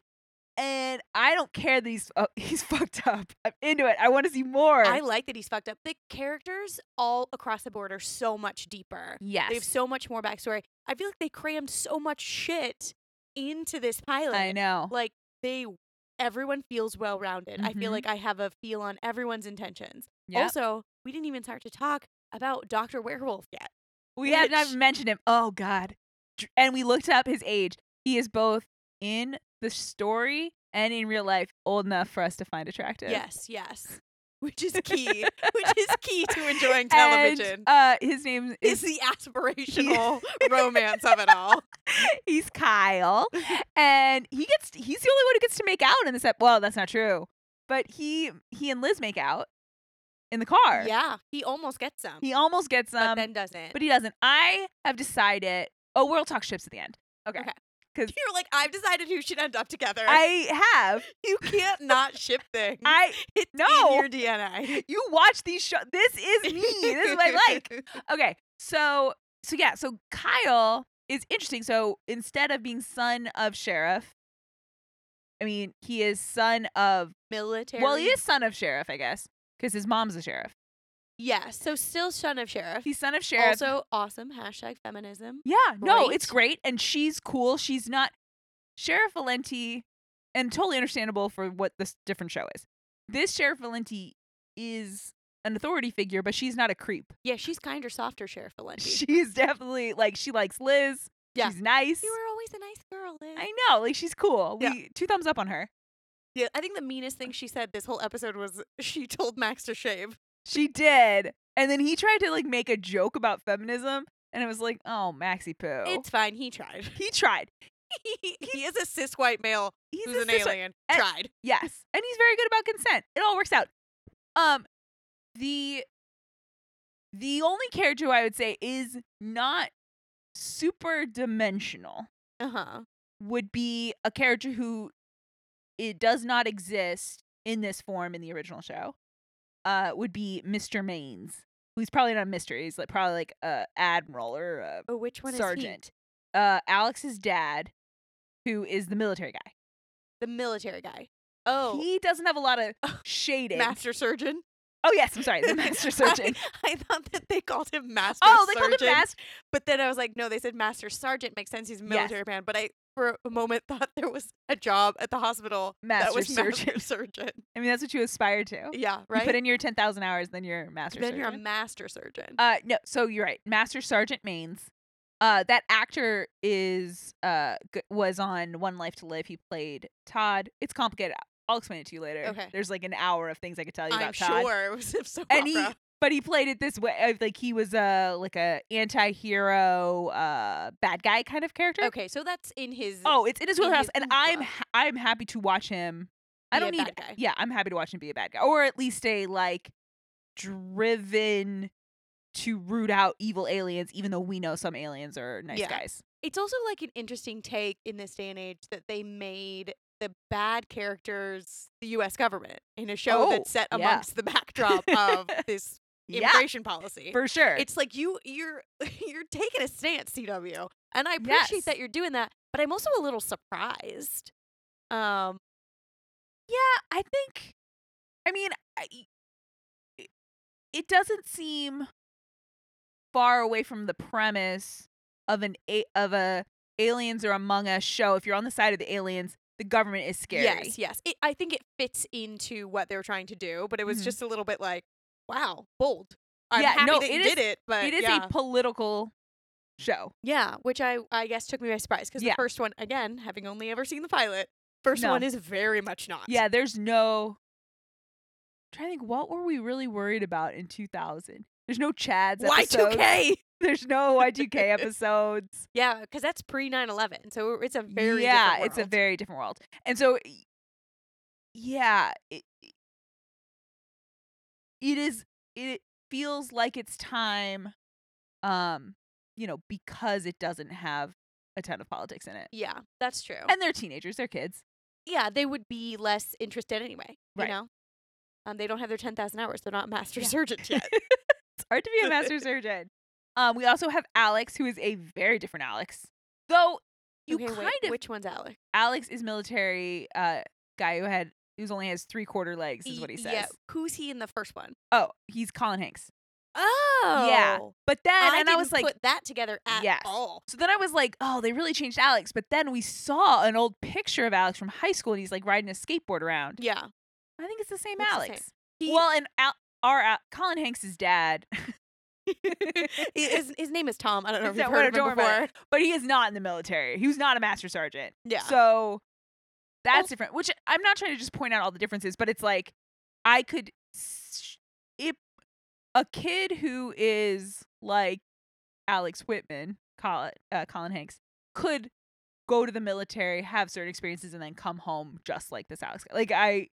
Speaker 1: and I don't care that he's uh, he's fucked up. I'm into it. I want to see more.
Speaker 2: I like that he's fucked up. The characters all across the board are so much deeper.
Speaker 1: yes,
Speaker 2: They have so much more backstory. I feel like they crammed so much shit into this pilot.
Speaker 1: I know.
Speaker 2: Like they everyone feels well rounded. I feel
Speaker 1: Mhm.
Speaker 2: like I have a feel on everyone's intentions.
Speaker 1: Yep.
Speaker 2: Also, we didn't even start to talk about Dr. Werewolf yet.
Speaker 1: we have not
Speaker 2: which-
Speaker 1: mentioned him. Oh God! Dr- And we looked up his age. He is both in the story and in real life old enough for us to find attractive.
Speaker 2: Yes, yes. Which is key. which is key to enjoying television.
Speaker 1: And, uh, his name
Speaker 2: is
Speaker 1: is
Speaker 2: the aspirational romance of it all.
Speaker 1: he's Kyle,
Speaker 2: Mm-hmm.
Speaker 1: and he gets he's the only one who gets to make out in this. Ep- well, that's not true, but he he and Liz make out in the car.
Speaker 2: Yeah, he almost gets some,
Speaker 1: he almost gets
Speaker 2: but
Speaker 1: them,
Speaker 2: then doesn't.
Speaker 1: but he doesn't. I have decided. Oh, we'll talk ships at the end. Okay,
Speaker 2: Okay.
Speaker 1: because
Speaker 2: You're like, I've decided who should end up together.
Speaker 1: I have
Speaker 2: you can't not ship things.
Speaker 1: I
Speaker 2: it's
Speaker 1: no.
Speaker 2: in your DNA.
Speaker 1: you watch these shows. This is me. this is what I like. Okay, so so yeah, so Kyle is interesting. So instead of being son of sheriff, I mean he is son of
Speaker 2: Military.
Speaker 1: Well, he is son of sheriff, I guess, because his mom's a sheriff.
Speaker 2: Yes. So still son of sheriff.
Speaker 1: He's son of sheriff.
Speaker 2: Also awesome. Hashtag feminism.
Speaker 1: yeah, no, it's great, and she's cool. She's not Sheriff Valenti, and totally understandable for what this different show is. This Sheriff Valenti is an authority figure, but she's not a creep.
Speaker 2: Yeah, she's kinder, softer sheriff Valenti.
Speaker 1: She's definitely like she likes Liz.
Speaker 2: Yeah.
Speaker 1: she's nice.
Speaker 2: you were always a nice girl, Liz.
Speaker 1: I know, like she's cool. We
Speaker 2: Yeah.
Speaker 1: two thumbs up on her.
Speaker 2: yeah, I think the meanest thing she said this whole episode was she told Max to shave.
Speaker 1: She did. And then he tried to like make a joke about feminism, and it was like, oh, Maxie poo.
Speaker 2: It's fine. He tried.
Speaker 1: he tried.
Speaker 2: he is a cis white male
Speaker 1: He's
Speaker 2: who's
Speaker 1: a eh,
Speaker 2: an
Speaker 1: sister.
Speaker 2: alien.
Speaker 1: And-
Speaker 2: Tried.
Speaker 1: Yes. And he's very good about consent. It all works out. Um the the only character who I would say is not super dimensional
Speaker 2: Uh
Speaker 1: uh-huh.
Speaker 2: huh.
Speaker 1: would be a character who it does not exist in this form in the original show. Uh would be Mr. Maines, who's probably not a mystery, he's like probably like a admiral or a
Speaker 2: Oh, which one is
Speaker 1: sergeant. Uh Alex's dad, who is the military guy.
Speaker 2: he? The military guy. Oh,
Speaker 1: He doesn't have a lot of shading.
Speaker 2: master surgeon.
Speaker 1: Oh yes, I'm sorry, the master surgeon.
Speaker 2: I, I thought that they called him master.
Speaker 1: oh, they
Speaker 2: surgeon,
Speaker 1: called him master.
Speaker 2: But then I was like, no, they said master sergeant makes sense. He's a
Speaker 1: Yes.
Speaker 2: military man. But I, for a moment, thought there was a job at the hospital that
Speaker 1: Master
Speaker 2: was
Speaker 1: surgeon.
Speaker 2: master surgeon.
Speaker 1: I mean, that's what you aspire to.
Speaker 2: Yeah,
Speaker 1: You put
Speaker 2: right.
Speaker 1: in your ten thousand hours, then you're a master.
Speaker 2: Then
Speaker 1: surgeon.
Speaker 2: you're a master surgeon.
Speaker 1: Uh, no, so you're right. Master Sergeant Maines. Uh, that actor is uh g- was on One Life to Live. He played Todd. It's complicated. I'll explain it to you later.
Speaker 2: Okay.
Speaker 1: There's like an hour of things I could tell you
Speaker 2: I'm
Speaker 1: about Todd.
Speaker 2: sure it was a soap
Speaker 1: And he-
Speaker 2: opera.
Speaker 1: But he played it this way. uh, Like he was a like a anti-hero, uh, bad guy kind of character.
Speaker 2: okay, so that's in his.
Speaker 1: Oh, it's in his
Speaker 2: in his
Speaker 1: wheelhouse, and I'm
Speaker 2: oeuvre.
Speaker 1: ha- I'm happy to watch him. I
Speaker 2: Be a
Speaker 1: don't need.
Speaker 2: bad guy.
Speaker 1: Yeah, I'm happy to watch him be a bad guy, or at least a like driven to root out evil aliens, even though we know some aliens are nice
Speaker 2: Yeah.
Speaker 1: guys.
Speaker 2: it's also like an interesting take in this day and age that they made the bad characters the U.S. government in a show
Speaker 1: Oh,
Speaker 2: that's set
Speaker 1: yeah.
Speaker 2: amongst the backdrop of this
Speaker 1: Yeah,
Speaker 2: immigration policy.
Speaker 1: for sure.
Speaker 2: It's like you you're you're taking a stance, CW, and I appreciate
Speaker 1: Yes.
Speaker 2: that you're doing that, but I'm also a little surprised. Um,
Speaker 1: yeah, I think I mean, I, it- it doesn't seem far away from the premise of an a- of a aliens are among us show. If you're on the side of the aliens, the government is scary.
Speaker 2: Yes, yes. It, I think it fits into what they were trying to do, but it was
Speaker 1: Mhm.
Speaker 2: just a little bit like, wow, bold. I'm
Speaker 1: Yeah,
Speaker 2: happy
Speaker 1: no,
Speaker 2: that you
Speaker 1: it
Speaker 2: did it, but
Speaker 1: it is
Speaker 2: yeah.
Speaker 1: a political show.
Speaker 2: yeah, which I I guess took me by surprise because
Speaker 1: Yeah.
Speaker 2: the first one, again, having only ever seen the pilot, first
Speaker 1: No.
Speaker 2: one is very much not.
Speaker 1: Yeah, there's no. I'm trying to think, what were we really worried about in 2000? There's no Chad's episodes.
Speaker 2: Y2K.
Speaker 1: There's no Y2K episodes.
Speaker 2: Yeah, because that's pre 9/11, so it's a very
Speaker 1: yeah,
Speaker 2: different
Speaker 1: it's a
Speaker 2: world.
Speaker 1: very different world. And so, y- yeah, it, it is. It feels like it's time, um, you know, because it doesn't have a ton of politics in it,
Speaker 2: yeah, that's true.
Speaker 1: and they're teenagers, they're kids.
Speaker 2: yeah, they would be less interested anyway.
Speaker 1: Right.
Speaker 2: You know, um, they don't have their ten thousand hours. They're not master
Speaker 1: Yeah.
Speaker 2: surgeons yet.
Speaker 1: it's hard to be a master surgeon. Um, we also have Alex, who is a very different Alex. Though you
Speaker 2: okay,
Speaker 1: kind
Speaker 2: wait,
Speaker 1: of
Speaker 2: which one's Alex?
Speaker 1: Alex is military uh guy who had who's only has three quarter legs is
Speaker 2: Y-
Speaker 1: what he says.
Speaker 2: Yeah, who's he in the first one?
Speaker 1: Oh, he's Colin Hanks.
Speaker 2: Oh,
Speaker 1: But then
Speaker 2: I
Speaker 1: and I
Speaker 2: didn't
Speaker 1: was like
Speaker 2: put that together at
Speaker 1: Yes.
Speaker 2: all.
Speaker 1: so then I was like, oh, they really changed Alex. But then we saw an old picture of Alex from high school, and he's like riding a skateboard around.
Speaker 2: Yeah,
Speaker 1: I think it's the same
Speaker 2: Looks the
Speaker 1: Alex.
Speaker 2: He-
Speaker 1: well, and Al- our Al- Colin Hanks' dad,
Speaker 2: I- his, his name is Tom. I don't know if
Speaker 1: Is that
Speaker 2: you've
Speaker 1: what
Speaker 2: heard of
Speaker 1: I don't
Speaker 2: him
Speaker 1: remember?
Speaker 2: before.
Speaker 1: but he is not in the military. He was not a master sergeant.
Speaker 2: Yeah,
Speaker 1: So that's
Speaker 2: Well-
Speaker 1: different. Which I'm not trying to just point out all the differences, but it's like I could s- if a kid who is like Alex Whitman, Colin, uh, Colin Hanks, could go to the military, have certain experiences, and then come home just like this Alex. guy. Like I,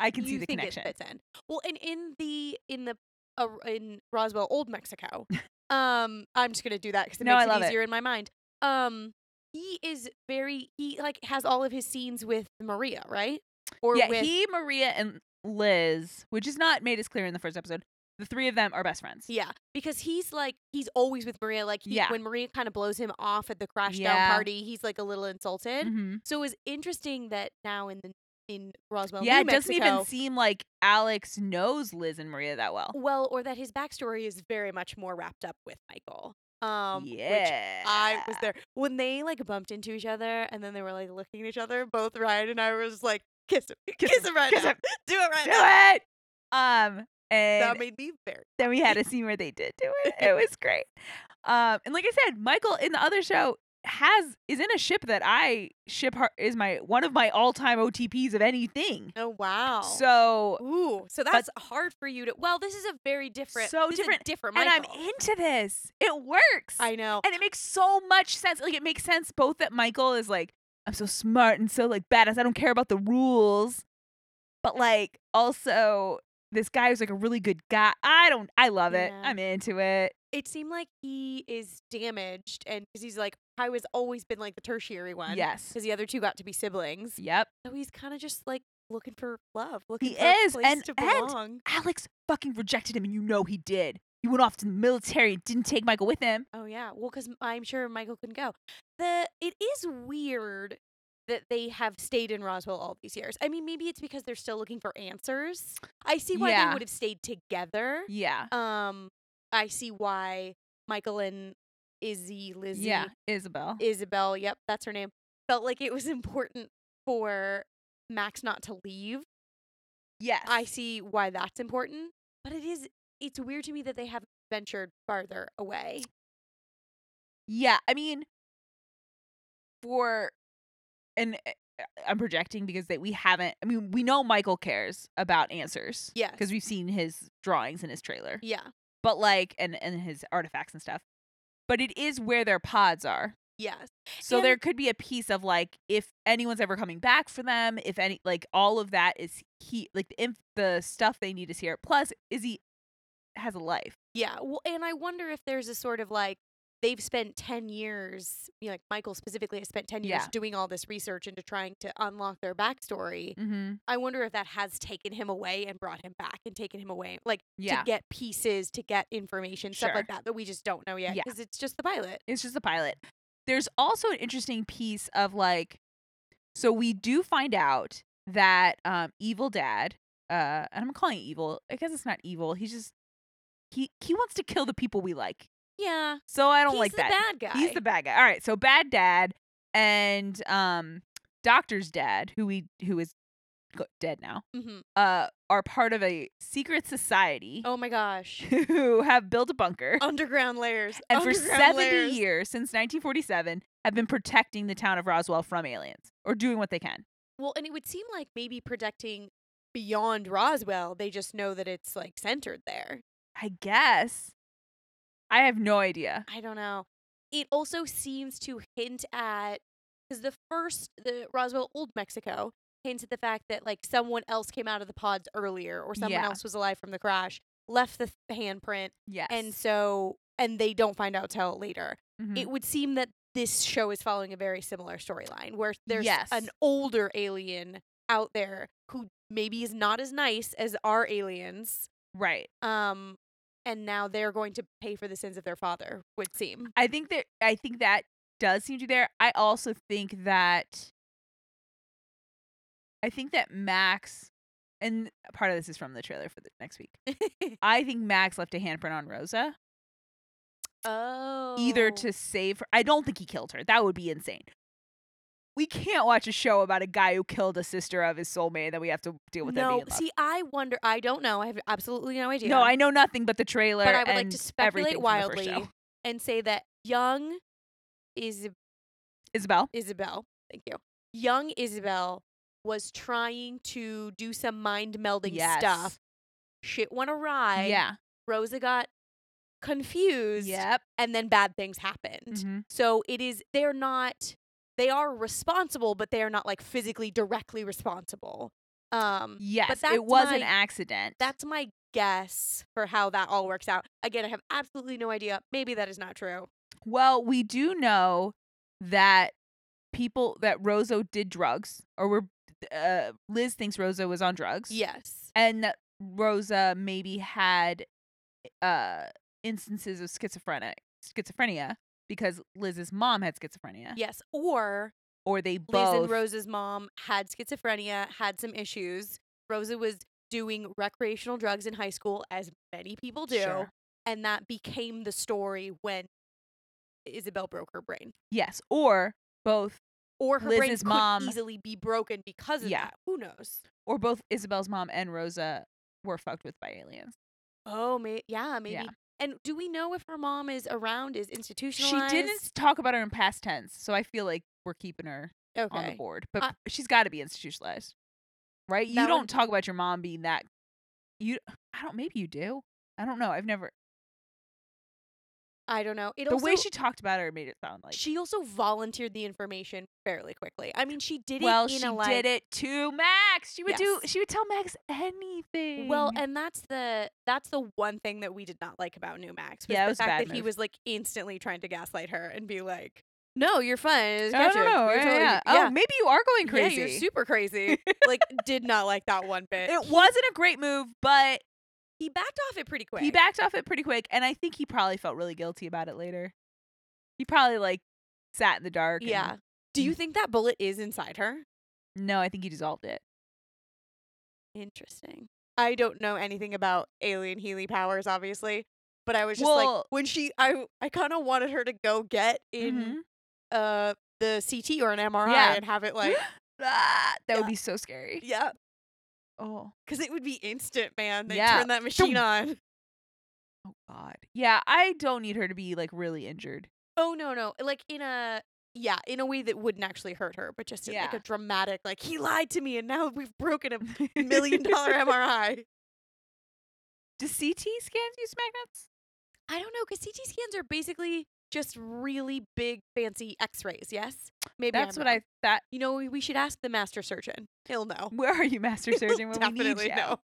Speaker 1: I can see
Speaker 2: You
Speaker 1: the
Speaker 2: think
Speaker 1: connection.
Speaker 2: It fits in. Well, and in the in the uh, in Roswell, Old Mexico. um, I'm just gonna do that because it
Speaker 1: No,
Speaker 2: makes
Speaker 1: I love
Speaker 2: it
Speaker 1: it.
Speaker 2: easier in my mind. Um, he is very he like has all of his scenes with Maria, right? Or
Speaker 1: yeah,
Speaker 2: with
Speaker 1: he, Maria, and Liz, which is not made as clear in the first episode. The three of them are best friends.
Speaker 2: yeah, because he's like he's always with Maria. Like he,
Speaker 1: Yeah.
Speaker 2: when Maria kind of blows him off at the crash
Speaker 1: Yeah.
Speaker 2: down party, he's like a little insulted.
Speaker 1: Mhm.
Speaker 2: So it was interesting that now in the in Roswell,
Speaker 1: Yeah,
Speaker 2: New
Speaker 1: it doesn't even
Speaker 2: Mexico-
Speaker 1: seem like Alex knows Liz and Maria that well.
Speaker 2: well, or that his backstory is very much more wrapped up with Michael. Um, which
Speaker 1: yeah.
Speaker 2: I was there when they like bumped into each other, and then they were like looking at each other. Both Ryan and I were just like, "Kiss him, kiss, him, right
Speaker 1: kiss
Speaker 2: now,
Speaker 1: him.
Speaker 2: do it right
Speaker 1: Do
Speaker 2: now."
Speaker 1: it. Um, and
Speaker 2: That made me very.
Speaker 1: then we had a scene where they did do it. It was great. Um, and like I said, Michael in the other show has is in a ship that I ship har- is my one of my all time OTPs of anything.
Speaker 2: Oh wow.
Speaker 1: So
Speaker 2: ooh, so that's hard for you to. Well, this is a very different.
Speaker 1: So
Speaker 2: this is a
Speaker 1: different,
Speaker 2: different.
Speaker 1: and I'm
Speaker 2: Michael.
Speaker 1: into this. It works.
Speaker 2: I know.
Speaker 1: and it makes so much sense. Like it makes sense both that Michael is like, I'm so smart and so like badass. I don't care about the rules, but like also this guy was like a really good guy. I don't. I love it.
Speaker 2: Yeah.
Speaker 1: I'm into it.
Speaker 2: It seemed like he is damaged, and because he's like, I was always been like the tertiary one.
Speaker 1: Yes.
Speaker 2: Because the other two got to be siblings,
Speaker 1: Yep.
Speaker 2: so he's kind of just like looking for love, looking
Speaker 1: He
Speaker 2: for a
Speaker 1: is,
Speaker 2: place
Speaker 1: and-
Speaker 2: to
Speaker 1: and-
Speaker 2: belong.
Speaker 1: Alex fucking rejected him, and you know he did. He went off to the military and didn't take Michael with him.
Speaker 2: Oh yeah, well, because I'm sure Michael couldn't go. The it is weird that they have stayed in Roswell all these years. I mean, maybe it's because they're still looking for answers. I see why
Speaker 1: Yeah.
Speaker 2: they would have stayed together.
Speaker 1: Yeah.
Speaker 2: Um, I see why Michael and Izzy, Lizzie,
Speaker 1: yeah. Isabel.
Speaker 2: Isabel, yep, that's her name, felt like it was important for Max not to leave.
Speaker 1: yes.
Speaker 2: I see why that's important, but it is it's weird to me that they haven't ventured farther away.
Speaker 1: Yeah, I mean, for and uh, I'm projecting because that we haven't. I mean, we know Michael cares about answers.
Speaker 2: Yes.
Speaker 1: because we've seen his drawings in his trailer,
Speaker 2: Yeah.
Speaker 1: but like and and his artifacts and stuff. But it is where their pods are,
Speaker 2: Yes.
Speaker 1: so
Speaker 2: And-
Speaker 1: there could be a piece of like if anyone's ever coming back for them, if any like all of that is he like the inf- the stuff they need is here. Plus, is he has a life?
Speaker 2: Yeah. Well, and I wonder if there's a sort of like they've spent 10 years, you know, like Michael specifically has spent 10 years
Speaker 1: Yeah.
Speaker 2: doing all this research into trying to unlock their backstory.
Speaker 1: Mm-hmm.
Speaker 2: I wonder if that has taken him away and brought him back and taken him away, like
Speaker 1: Yeah,
Speaker 2: to get pieces, to get information, stuff like that that we just don't know yet
Speaker 1: Yeah.
Speaker 2: because it's just the pilot.
Speaker 1: It's just a pilot. There's also an interesting piece of like, so we do find out that um, Evil Dad,
Speaker 3: uh and I'm calling it evil. I guess it's not evil. He's just he he wants to kill the people we like.
Speaker 2: Yeah.
Speaker 1: So I don't
Speaker 2: He's
Speaker 1: like
Speaker 2: the
Speaker 1: that.
Speaker 2: bad guy.
Speaker 1: He's the bad guy. All right, so bad dad and um doctor's dad, who we who is go- dead now,
Speaker 2: hmm
Speaker 1: uh, are part of a secret society
Speaker 2: Oh my gosh.
Speaker 1: who have built a bunker
Speaker 2: Underground layers.
Speaker 1: and for
Speaker 2: Underground
Speaker 1: seventy
Speaker 2: layers.
Speaker 1: years since 1947 have been protecting the town of Roswell from aliens or doing what they can.
Speaker 2: Well, and it would seem like maybe protecting beyond Roswell, they just know that it's like centered there.
Speaker 1: I guess. I have no idea.
Speaker 2: I don't know. It also seems to hint at because the first the Roswell Old Mexico hints at the fact that like someone else came out of the pods earlier or someone
Speaker 1: Yeah.
Speaker 2: else was alive from the crash, left the th- handprint,
Speaker 1: Yes.
Speaker 2: and so and they don't find out till later.
Speaker 1: Mhm.
Speaker 2: It would seem that this show is following a very similar storyline where there's
Speaker 1: Yes.
Speaker 2: an older alien out there who maybe is not as nice as our aliens.
Speaker 1: right.
Speaker 2: Um and now they're going to pay for the sins of their father, would seem.
Speaker 1: I think that I think that does seem to be there. I also think that I think that Max and part of this is from the trailer for the next week. I think Max left a handprint on Rosa
Speaker 2: oh.
Speaker 1: either to save her. I don't think he killed her. That would be insane. We can't watch a show about a guy who killed a sister of his soulmate that we have to deal with. them
Speaker 2: Oh, No,
Speaker 1: being in love.
Speaker 2: see, I wonder. I don't know. I have absolutely no idea.
Speaker 1: no, I know nothing but the trailer.
Speaker 2: But I would like
Speaker 1: and
Speaker 2: to speculate
Speaker 1: everything from the first
Speaker 2: wildly
Speaker 1: show.
Speaker 2: and say that young is
Speaker 1: Isabel,
Speaker 2: Isabel. Thank you. Young Isabel was trying to do some mind melding
Speaker 1: yes.
Speaker 2: stuff. Shit went awry.
Speaker 1: yeah,
Speaker 2: Rosa got confused.
Speaker 1: yep,
Speaker 2: And then bad things happened.
Speaker 1: Mhm.
Speaker 2: So it is, they're not, they are responsible, but they are not like physically directly responsible. Um,
Speaker 1: yes.
Speaker 2: that's
Speaker 1: it was an
Speaker 2: my-
Speaker 1: accident.
Speaker 2: that's my guess for how that all works out. Again, I have absolutely no idea. Maybe that is not true.
Speaker 1: Well, we do know that people that Roso did drugs, or were uh, Liz thinks Rosa was on drugs.
Speaker 2: Yes.
Speaker 1: and that Rosa maybe had uh, instances of schizophrenic schizophrenia because Liz's mom had schizophrenia,
Speaker 2: Yes. Or
Speaker 1: or they
Speaker 2: Liz
Speaker 1: both.
Speaker 2: and Rosa's mom had schizophrenia, had some issues. Rosa was doing recreational drugs in high school, as many people do.
Speaker 1: Sure.
Speaker 2: And that became the story when Isabel broke her brain.
Speaker 1: Yes, or both,
Speaker 2: Or her brain
Speaker 1: Liz's
Speaker 2: could
Speaker 1: mom-
Speaker 2: easily be broken because of
Speaker 1: Yeah.
Speaker 2: that. Who knows?
Speaker 1: or both Isabel's mom and Rosa were fucked with by aliens.
Speaker 2: Oh, may- yeah, maybe. And do we know if her mom is around, is
Speaker 1: She
Speaker 2: institutionalized?
Speaker 1: didn't talk about her in past tense, so I feel like we're keeping her
Speaker 2: Okay.
Speaker 1: on the board. But
Speaker 2: I-
Speaker 1: she's got to be institutionalized, right? You
Speaker 2: That
Speaker 1: don't
Speaker 2: would-
Speaker 1: talk about your mom being that. You, I don't. Maybe you do. I don't know. I've never.
Speaker 2: I don't know. It
Speaker 1: the
Speaker 2: also,
Speaker 1: way she talked about her made it sound like.
Speaker 2: she also volunteered the information fairly quickly. I mean, she did
Speaker 1: well,
Speaker 2: it in
Speaker 1: she
Speaker 2: a like,
Speaker 1: did it to Max. She would do.
Speaker 2: Yes.
Speaker 1: She would tell Max anything.
Speaker 2: Well, and that's the that's the one thing that we did not like about New Max. Was
Speaker 1: Yeah, it
Speaker 2: the
Speaker 1: was a
Speaker 2: fact
Speaker 1: bad
Speaker 2: that he
Speaker 1: move.
Speaker 2: was like instantly trying to gaslight her and be like, "No, you're fine. I just
Speaker 1: I
Speaker 2: got
Speaker 1: don't
Speaker 2: you.
Speaker 1: know.
Speaker 2: You're
Speaker 1: yeah,
Speaker 2: totally-
Speaker 1: yeah. Oh, maybe you are going crazy.
Speaker 2: Yeah, you're super crazy." like, did not like that one bit.
Speaker 1: it wasn't a great move, but
Speaker 2: He backed off it pretty quick.
Speaker 1: he backed off it pretty quick, and I think he probably felt really guilty about it later. He probably like sat in the dark. and-
Speaker 2: Yeah. Do you think that bullet is inside her?
Speaker 1: no, I think he dissolved it.
Speaker 2: Interesting. I don't know anything about alien Healy powers, obviously, but I was just like,
Speaker 1: Well-
Speaker 2: when she, I, I kind of wanted her to go get in
Speaker 1: Mhm.
Speaker 2: uh the CT or an MRI
Speaker 1: Yeah.
Speaker 2: and have it like,
Speaker 1: Ah, that
Speaker 2: Yeah.
Speaker 1: would be so scary.
Speaker 2: yeah,
Speaker 1: Oh.
Speaker 2: Because it would be instant, man. They
Speaker 1: Yeah.
Speaker 2: turn that machine on.
Speaker 1: Oh God. Yeah, I don't need her to be like really injured.
Speaker 2: Oh no, no. Like in a yeah, in a way that wouldn't actually hurt her, but just in like
Speaker 1: Yeah.
Speaker 2: a dramatic, like he lied to me and now we've broken a million dollar MRI.
Speaker 1: Do CT scans use magnets?
Speaker 2: I don't know, because CT scans are basically just really big fancy X-rays. Yes, maybe
Speaker 1: That's
Speaker 2: I'm
Speaker 1: what
Speaker 2: wrong.
Speaker 1: I thought.
Speaker 2: You know, we we should ask the master surgeon. He'll know.
Speaker 1: Where are you, Master
Speaker 2: He'll
Speaker 1: Surgeon? When we need
Speaker 2: Oh. definitely
Speaker 1: you.
Speaker 2: know.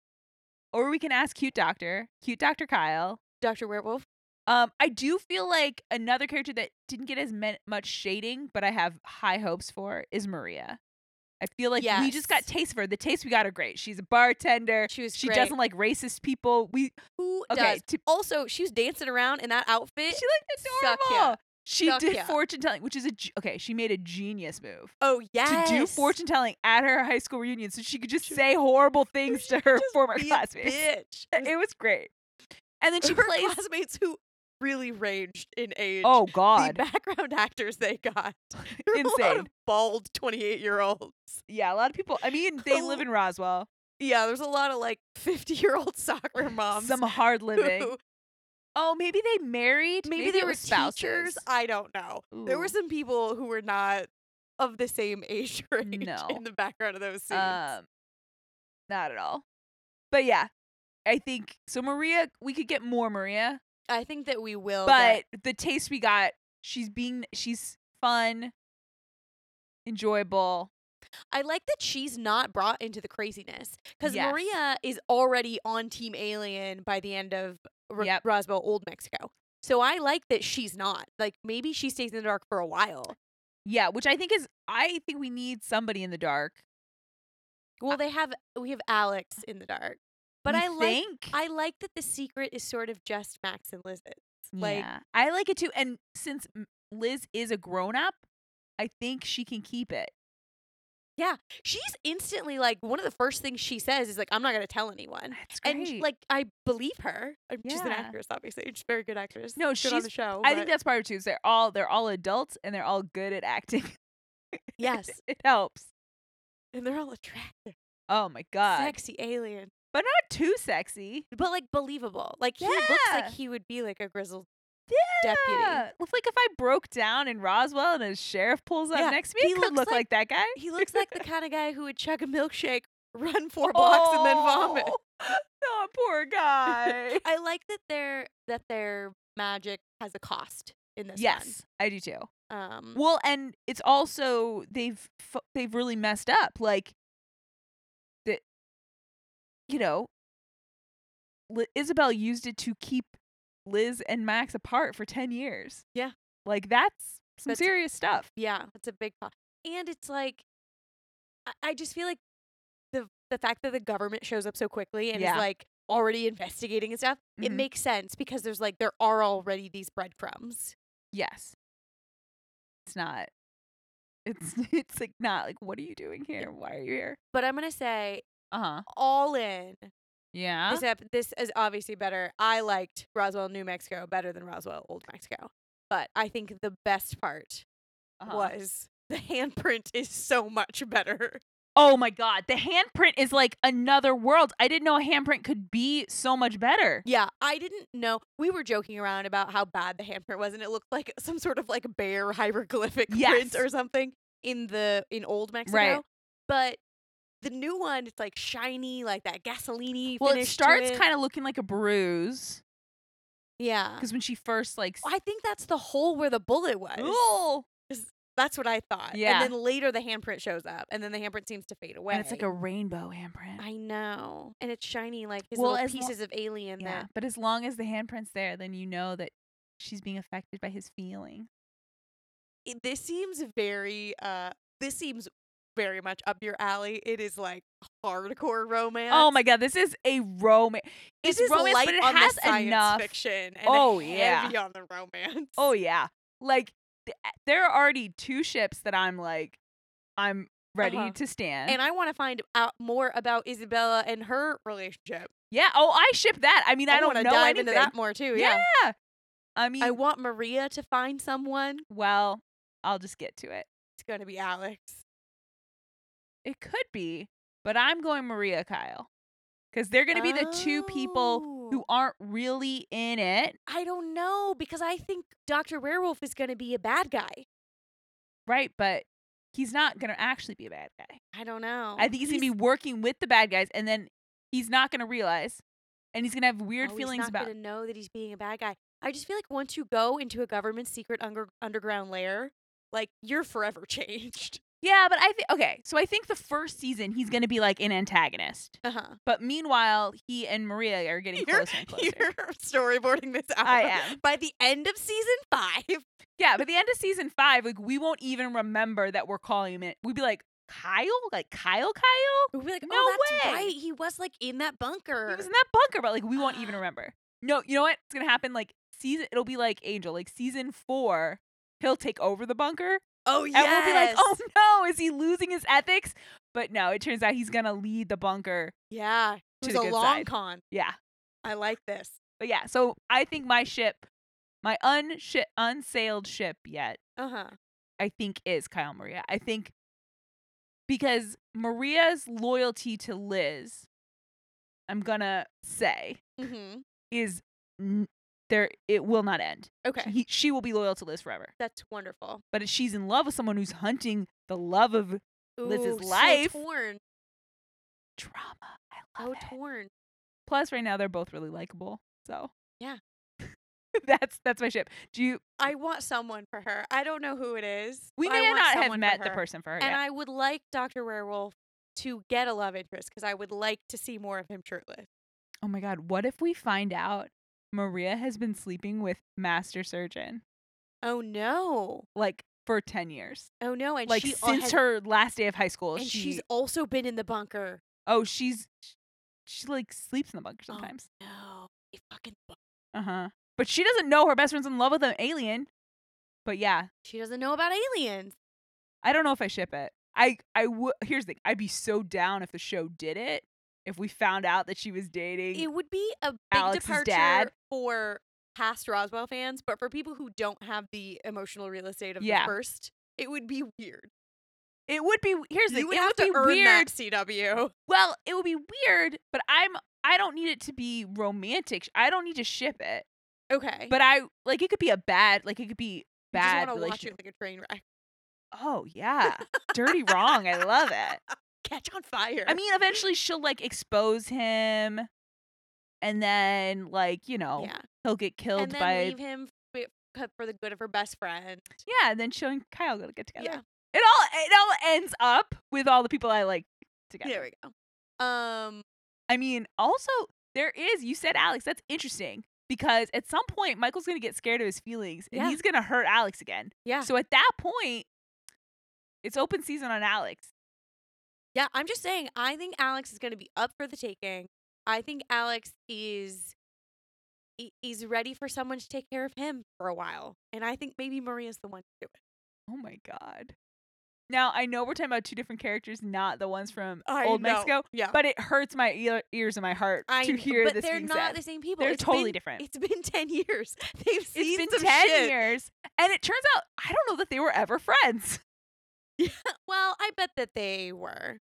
Speaker 1: Or we can ask Cute Doctor, Cute Doctor Kyle.
Speaker 2: Doctor Werewolf.
Speaker 1: Um, I do feel like another character that didn't get as men- much shading, but I have high hopes for is Maria. I feel like we just got
Speaker 2: Yes.
Speaker 1: taste for her. The taste we got are great. She's a bartender.
Speaker 2: She was.
Speaker 1: She
Speaker 2: great.
Speaker 1: doesn't like racist people. We
Speaker 2: Who
Speaker 1: okay.
Speaker 2: does?
Speaker 1: t-
Speaker 2: Also, she was dancing around in that outfit.
Speaker 1: she looked
Speaker 2: Suck
Speaker 1: adorable.
Speaker 2: yeah.
Speaker 1: She
Speaker 2: Fuck
Speaker 1: did
Speaker 2: yeah.
Speaker 1: fortune telling, which is a ge- okay. She made a genius move
Speaker 2: Oh yes.
Speaker 1: to do fortune telling at her high school reunion, so she could just
Speaker 2: She-
Speaker 1: say horrible things to her
Speaker 2: Just
Speaker 1: former
Speaker 2: be a
Speaker 1: classmates.
Speaker 2: Bitch.
Speaker 1: It was great, and then she
Speaker 2: her
Speaker 1: plays.
Speaker 2: classmates who really ranged in age.
Speaker 1: oh
Speaker 2: the
Speaker 1: God,
Speaker 2: background actors they got. There were A lot
Speaker 1: Insane.
Speaker 2: of bald twenty-eight-year-olds.
Speaker 1: yeah, a lot of people. I mean, they live in Roswell.
Speaker 2: Yeah, there's a lot of like fifty-year-old soccer moms.
Speaker 1: Some hard living.
Speaker 2: who-
Speaker 1: Oh, maybe they married.
Speaker 2: Maybe,
Speaker 1: they
Speaker 2: they were
Speaker 1: spouses.
Speaker 2: teachers. I don't know. There were
Speaker 1: Ooh.
Speaker 2: some people who were not of the same age range
Speaker 1: No.
Speaker 2: in the background of those scenes.
Speaker 1: Um, not at all. But yeah, I think so. Maria, we could get more Maria,
Speaker 2: I think that we will.
Speaker 1: but the taste we got, she's being, she's fun, enjoyable.
Speaker 2: I like that she's not brought into the craziness because
Speaker 1: Yes.
Speaker 2: Maria is already on Team Alien by the end of R-
Speaker 1: Yep.
Speaker 2: Roswell Old Mexico. So I like that she's not. Like maybe she stays in the dark for a while.
Speaker 1: Yeah, which I think is, I think we need somebody in the dark.
Speaker 2: Well, they have we have Alex in the dark, but
Speaker 1: Uh You
Speaker 2: I like
Speaker 1: think,
Speaker 2: I like that the secret is sort of just Max and Liz. like-
Speaker 1: yeah, I like it too. And since M- Liz is a grown up, I think she can keep it.
Speaker 2: She's instantly like one of the first things she says is like I'm not gonna tell anyone,
Speaker 1: That's
Speaker 2: and sh- like I believe her. Uh, She's an
Speaker 1: Yeah.
Speaker 2: actress, obviously. She's a very good actress.
Speaker 1: No,
Speaker 2: she's on the
Speaker 1: she's-
Speaker 2: show.
Speaker 1: I think
Speaker 2: Oh, but-
Speaker 1: that's part of it too. Is they're all they're all adults and they're all good at acting.
Speaker 2: yes,
Speaker 1: it helps.
Speaker 2: and they're all attractive,
Speaker 1: Oh my god.
Speaker 2: sexy alien.
Speaker 1: But not too sexy.
Speaker 2: but like believable. Like he looks
Speaker 1: Yeah.
Speaker 2: like he would be like a grizzled. Deputy.
Speaker 1: Yeah. Look like if I broke down in Roswell and a sheriff pulls up
Speaker 2: Yeah,
Speaker 1: next to me,
Speaker 2: he
Speaker 1: I could
Speaker 2: looks
Speaker 1: look like, that
Speaker 2: like-
Speaker 1: guy.
Speaker 2: He looks like the kind of guy who would chug a milkshake, run four blocks, and then vomit.
Speaker 1: Oh, No, poor guy.
Speaker 2: I like that their that their magic has a cost in this.
Speaker 1: yes, I do too.
Speaker 2: One. Um.
Speaker 1: Well, and it's also they've fu- they've really messed up. Like that, you know. Li- Isabel used it to keep Liz and Max apart for ten years.
Speaker 2: Yeah.
Speaker 1: like that's some
Speaker 2: That's-
Speaker 1: serious stuff.
Speaker 2: yeah, that's a big cost, and it's like, I, I just feel like the the fact that the government shows up so quickly and
Speaker 1: Yeah.
Speaker 2: is like already investigating and stuff, it
Speaker 1: Mhm.
Speaker 2: makes sense because there's like there are already these breadcrumbs.
Speaker 1: Yes. It's not. It's it's like not like what are you doing here? Why are you here?
Speaker 2: But I'm gonna say
Speaker 1: Uh huh.
Speaker 2: all in.
Speaker 1: Yeah.
Speaker 2: This ep- this is obviously better. I liked Roswell, New Mexico better than Roswell, Old Mexico. But I think the best part
Speaker 1: Uh-huh.
Speaker 2: was the handprint is so much better.
Speaker 1: Oh my god, the handprint is like another world. I didn't know a handprint could be so much better.
Speaker 2: Yeah, I didn't know. We were joking around about how bad the handprint was, and it looked like some sort of like bear hieroglyphic
Speaker 1: Yes.
Speaker 2: print or something in the in Old Mexico. But the new one, it's like shiny, like that gasoline.
Speaker 1: Well, it starts kind of looking like a bruise
Speaker 2: yeah. Oh,
Speaker 1: because when she first like, s-
Speaker 2: I think that's the hole where the bullet was.
Speaker 1: Ooh,
Speaker 2: That's what I thought.
Speaker 1: Yeah.
Speaker 2: And then later the handprint shows up, and then the handprint seems to fade away.
Speaker 1: and it's like a rainbow handprint.
Speaker 2: I know, and it's shiny like his
Speaker 1: Well,
Speaker 2: little
Speaker 1: as lo-
Speaker 2: pieces of alien.
Speaker 1: Yeah,
Speaker 2: That
Speaker 1: but as long as the handprint's there, then you know that she's being affected by his feeling.
Speaker 2: It- this seems very. uh This seems very much up your alley. It is like hardcore romance.
Speaker 1: Oh my god, this is a romance.
Speaker 2: This
Speaker 1: It's
Speaker 2: is
Speaker 1: romance,
Speaker 2: light
Speaker 1: but it
Speaker 2: on
Speaker 1: has
Speaker 2: the science
Speaker 1: enough.
Speaker 2: fiction. And
Speaker 1: Oh,
Speaker 2: heavy on the romance.
Speaker 1: Oh yeah. Like th- there are already two ships that I'm like I'm ready
Speaker 2: Uh-huh.
Speaker 1: to stand.
Speaker 2: And I want to find out more about Isabella and her relationship.
Speaker 1: yeah, oh I ship that. I mean, I, don't
Speaker 2: want to
Speaker 1: know
Speaker 2: dive
Speaker 1: anything.
Speaker 2: into that more too.
Speaker 1: yeah.
Speaker 2: Yeah.
Speaker 1: I mean,
Speaker 2: I want Maria to find someone.
Speaker 1: well, I'll just get to it.
Speaker 2: It's gonna be Alex.
Speaker 1: It could be, but I'm going Maria Kyle. Cuz they're going to be the two people
Speaker 2: Oh.
Speaker 1: who aren't really in it,
Speaker 2: I don't know because I think Dr. Werewolf is going to be a bad guy.
Speaker 1: right? But he's not going to actually be a bad guy.
Speaker 2: I don't know.
Speaker 1: I think he's, going to be working with the bad guys and then he's not going to realize and he's going to have weird feelings
Speaker 2: Oh, he's not
Speaker 1: about
Speaker 2: going to know that he's being a bad guy. I just feel like once you go into a government secret under- underground lair, like you're forever changed.
Speaker 1: Yeah, but I think okay. So I think the first season he's gonna be like an antagonist,
Speaker 2: Uh-huh.
Speaker 1: but meanwhile he and Maria are getting
Speaker 2: You're-
Speaker 1: closer and closer.
Speaker 2: You're storyboarding this out.
Speaker 1: I am.
Speaker 2: By the end of season 5,
Speaker 1: Yeah, by the end of season five, like we won't even remember that we're calling him it. We'd be like Kyle, like Kyle, Kyle.
Speaker 2: we'll be like,
Speaker 1: No
Speaker 2: "Oh, that's
Speaker 1: way.
Speaker 2: right. He was like in that bunker."
Speaker 1: He was in that bunker, but like we won't even remember. No, you know what? It's gonna happen like season. It'll be like Angel, like season four. he'll take over the bunker.
Speaker 2: Oh
Speaker 1: And we'll be like, oh no, is he losing his ethics? But no, it turns out he's gonna lead the bunker.
Speaker 2: yeah. It
Speaker 1: to
Speaker 2: was
Speaker 1: the
Speaker 2: a
Speaker 1: good
Speaker 2: long
Speaker 1: side.
Speaker 2: con.
Speaker 1: Yeah.
Speaker 2: I like this.
Speaker 1: But yeah, so I think my ship, my unshi unsailed ship yet,
Speaker 2: Uh huh.
Speaker 1: I think is Kyle Maria. I think because Maria's loyalty to Liz, I'm gonna say,
Speaker 2: Mm-hmm.
Speaker 1: is n- there. It will not end.
Speaker 2: Okay.
Speaker 1: He, she will be loyal to Liz forever.
Speaker 2: That's wonderful.
Speaker 1: But if she's in love with someone who's hunting the love of Lives his
Speaker 2: Ooh,
Speaker 1: life.
Speaker 2: So torn.
Speaker 1: drama, I
Speaker 2: So
Speaker 1: love it.
Speaker 2: torn.
Speaker 1: Plus, right now they're both really likable. So
Speaker 2: Yeah.
Speaker 1: that's that's my ship. Do you?
Speaker 2: I want someone for her. I don't know who it is.
Speaker 1: We
Speaker 2: but
Speaker 1: may
Speaker 2: I want
Speaker 1: not have
Speaker 2: someone for
Speaker 1: met the
Speaker 2: her.
Speaker 1: person for her
Speaker 2: And
Speaker 1: yet.
Speaker 2: I would like Dr. Werewolf to get a love interest because I would like to see more of him shirtless.
Speaker 1: Oh my god, what if we find out Maria has been sleeping with Master Surgeon
Speaker 2: Oh no.
Speaker 1: like for 10 years?
Speaker 2: Oh no. And
Speaker 1: like
Speaker 2: she al-
Speaker 1: since
Speaker 2: has-
Speaker 1: her last day of high school,
Speaker 2: and
Speaker 1: she,
Speaker 2: she's also been in the bunker.
Speaker 1: Oh, she's she like sleeps in the bunker
Speaker 2: Oh.
Speaker 1: sometimes.
Speaker 2: No. They fucking bu-
Speaker 1: Uh-huh. But she doesn't know her best friend's in love with an alien. But yeah,
Speaker 2: She doesn't know about aliens.
Speaker 1: I don't know if I ship it. I I would here's the thing. I'd be so down if the show did it. If we found out that she was dating
Speaker 2: It would be a big
Speaker 1: Alex's
Speaker 2: departure
Speaker 1: dad.
Speaker 2: for past Roswell fans, but for people who don't have the emotional real estate of
Speaker 1: Yeah.
Speaker 2: the first, it would be weird.
Speaker 1: It would be here's the
Speaker 2: You
Speaker 1: thing.
Speaker 2: would
Speaker 1: it
Speaker 2: have
Speaker 1: would be
Speaker 2: to earn
Speaker 1: weird.
Speaker 2: that CW.
Speaker 1: Well, it would be weird, but I'm I don't need it to be romantic. I don't need to ship it.
Speaker 2: Okay.
Speaker 1: But I like it could be a bad like it could be
Speaker 2: Eh, You just
Speaker 1: bad
Speaker 2: wanna watch
Speaker 1: relationship.
Speaker 2: it like a train wreck.
Speaker 1: Oh yeah. Dirty wrong. I love it.
Speaker 2: Catch on fire.
Speaker 1: I mean, eventually she'll like expose him and then like, you know,
Speaker 2: yeah.
Speaker 1: he'll get killed
Speaker 2: And then
Speaker 1: by
Speaker 2: leave him f- f- for the good of her best friend.
Speaker 1: Yeah, and then she and Kyle gonna get together.
Speaker 2: Yeah.
Speaker 1: It all it all ends up with all the people I like together.
Speaker 2: There we go. Um.
Speaker 1: I mean, also there is you said Alex, that's interesting because at some point Michael's going to get scared of his feelings and
Speaker 2: Yeah.
Speaker 1: he's going to hurt Alex again.
Speaker 2: Yeah.
Speaker 1: So at that point it's open season on Alex.
Speaker 2: Yeah, I'm just saying, I think Alex is going to be up for the taking. I think Alex is i- is ready for someone to take care of him for a while. And I think maybe Maria's the one to do it.
Speaker 1: Oh my god. Now, I know we're talking about two different characters, not the ones from
Speaker 2: I
Speaker 1: Old
Speaker 2: know.
Speaker 1: Mexico,
Speaker 2: Yeah.
Speaker 1: but it hurts my ear- ears and my heart
Speaker 2: I
Speaker 1: to
Speaker 2: kn-
Speaker 1: hear
Speaker 2: but
Speaker 1: this
Speaker 2: they're
Speaker 1: being
Speaker 2: not
Speaker 1: said.
Speaker 2: the same people.
Speaker 1: They're
Speaker 2: It's
Speaker 1: totally
Speaker 2: been-
Speaker 1: different.
Speaker 2: It's been 10 years. They've
Speaker 1: it's
Speaker 2: seen
Speaker 1: been
Speaker 2: some
Speaker 1: 10
Speaker 2: shit.
Speaker 1: years and it turns out i don't know that they were ever friends
Speaker 2: Well, I bet that they were.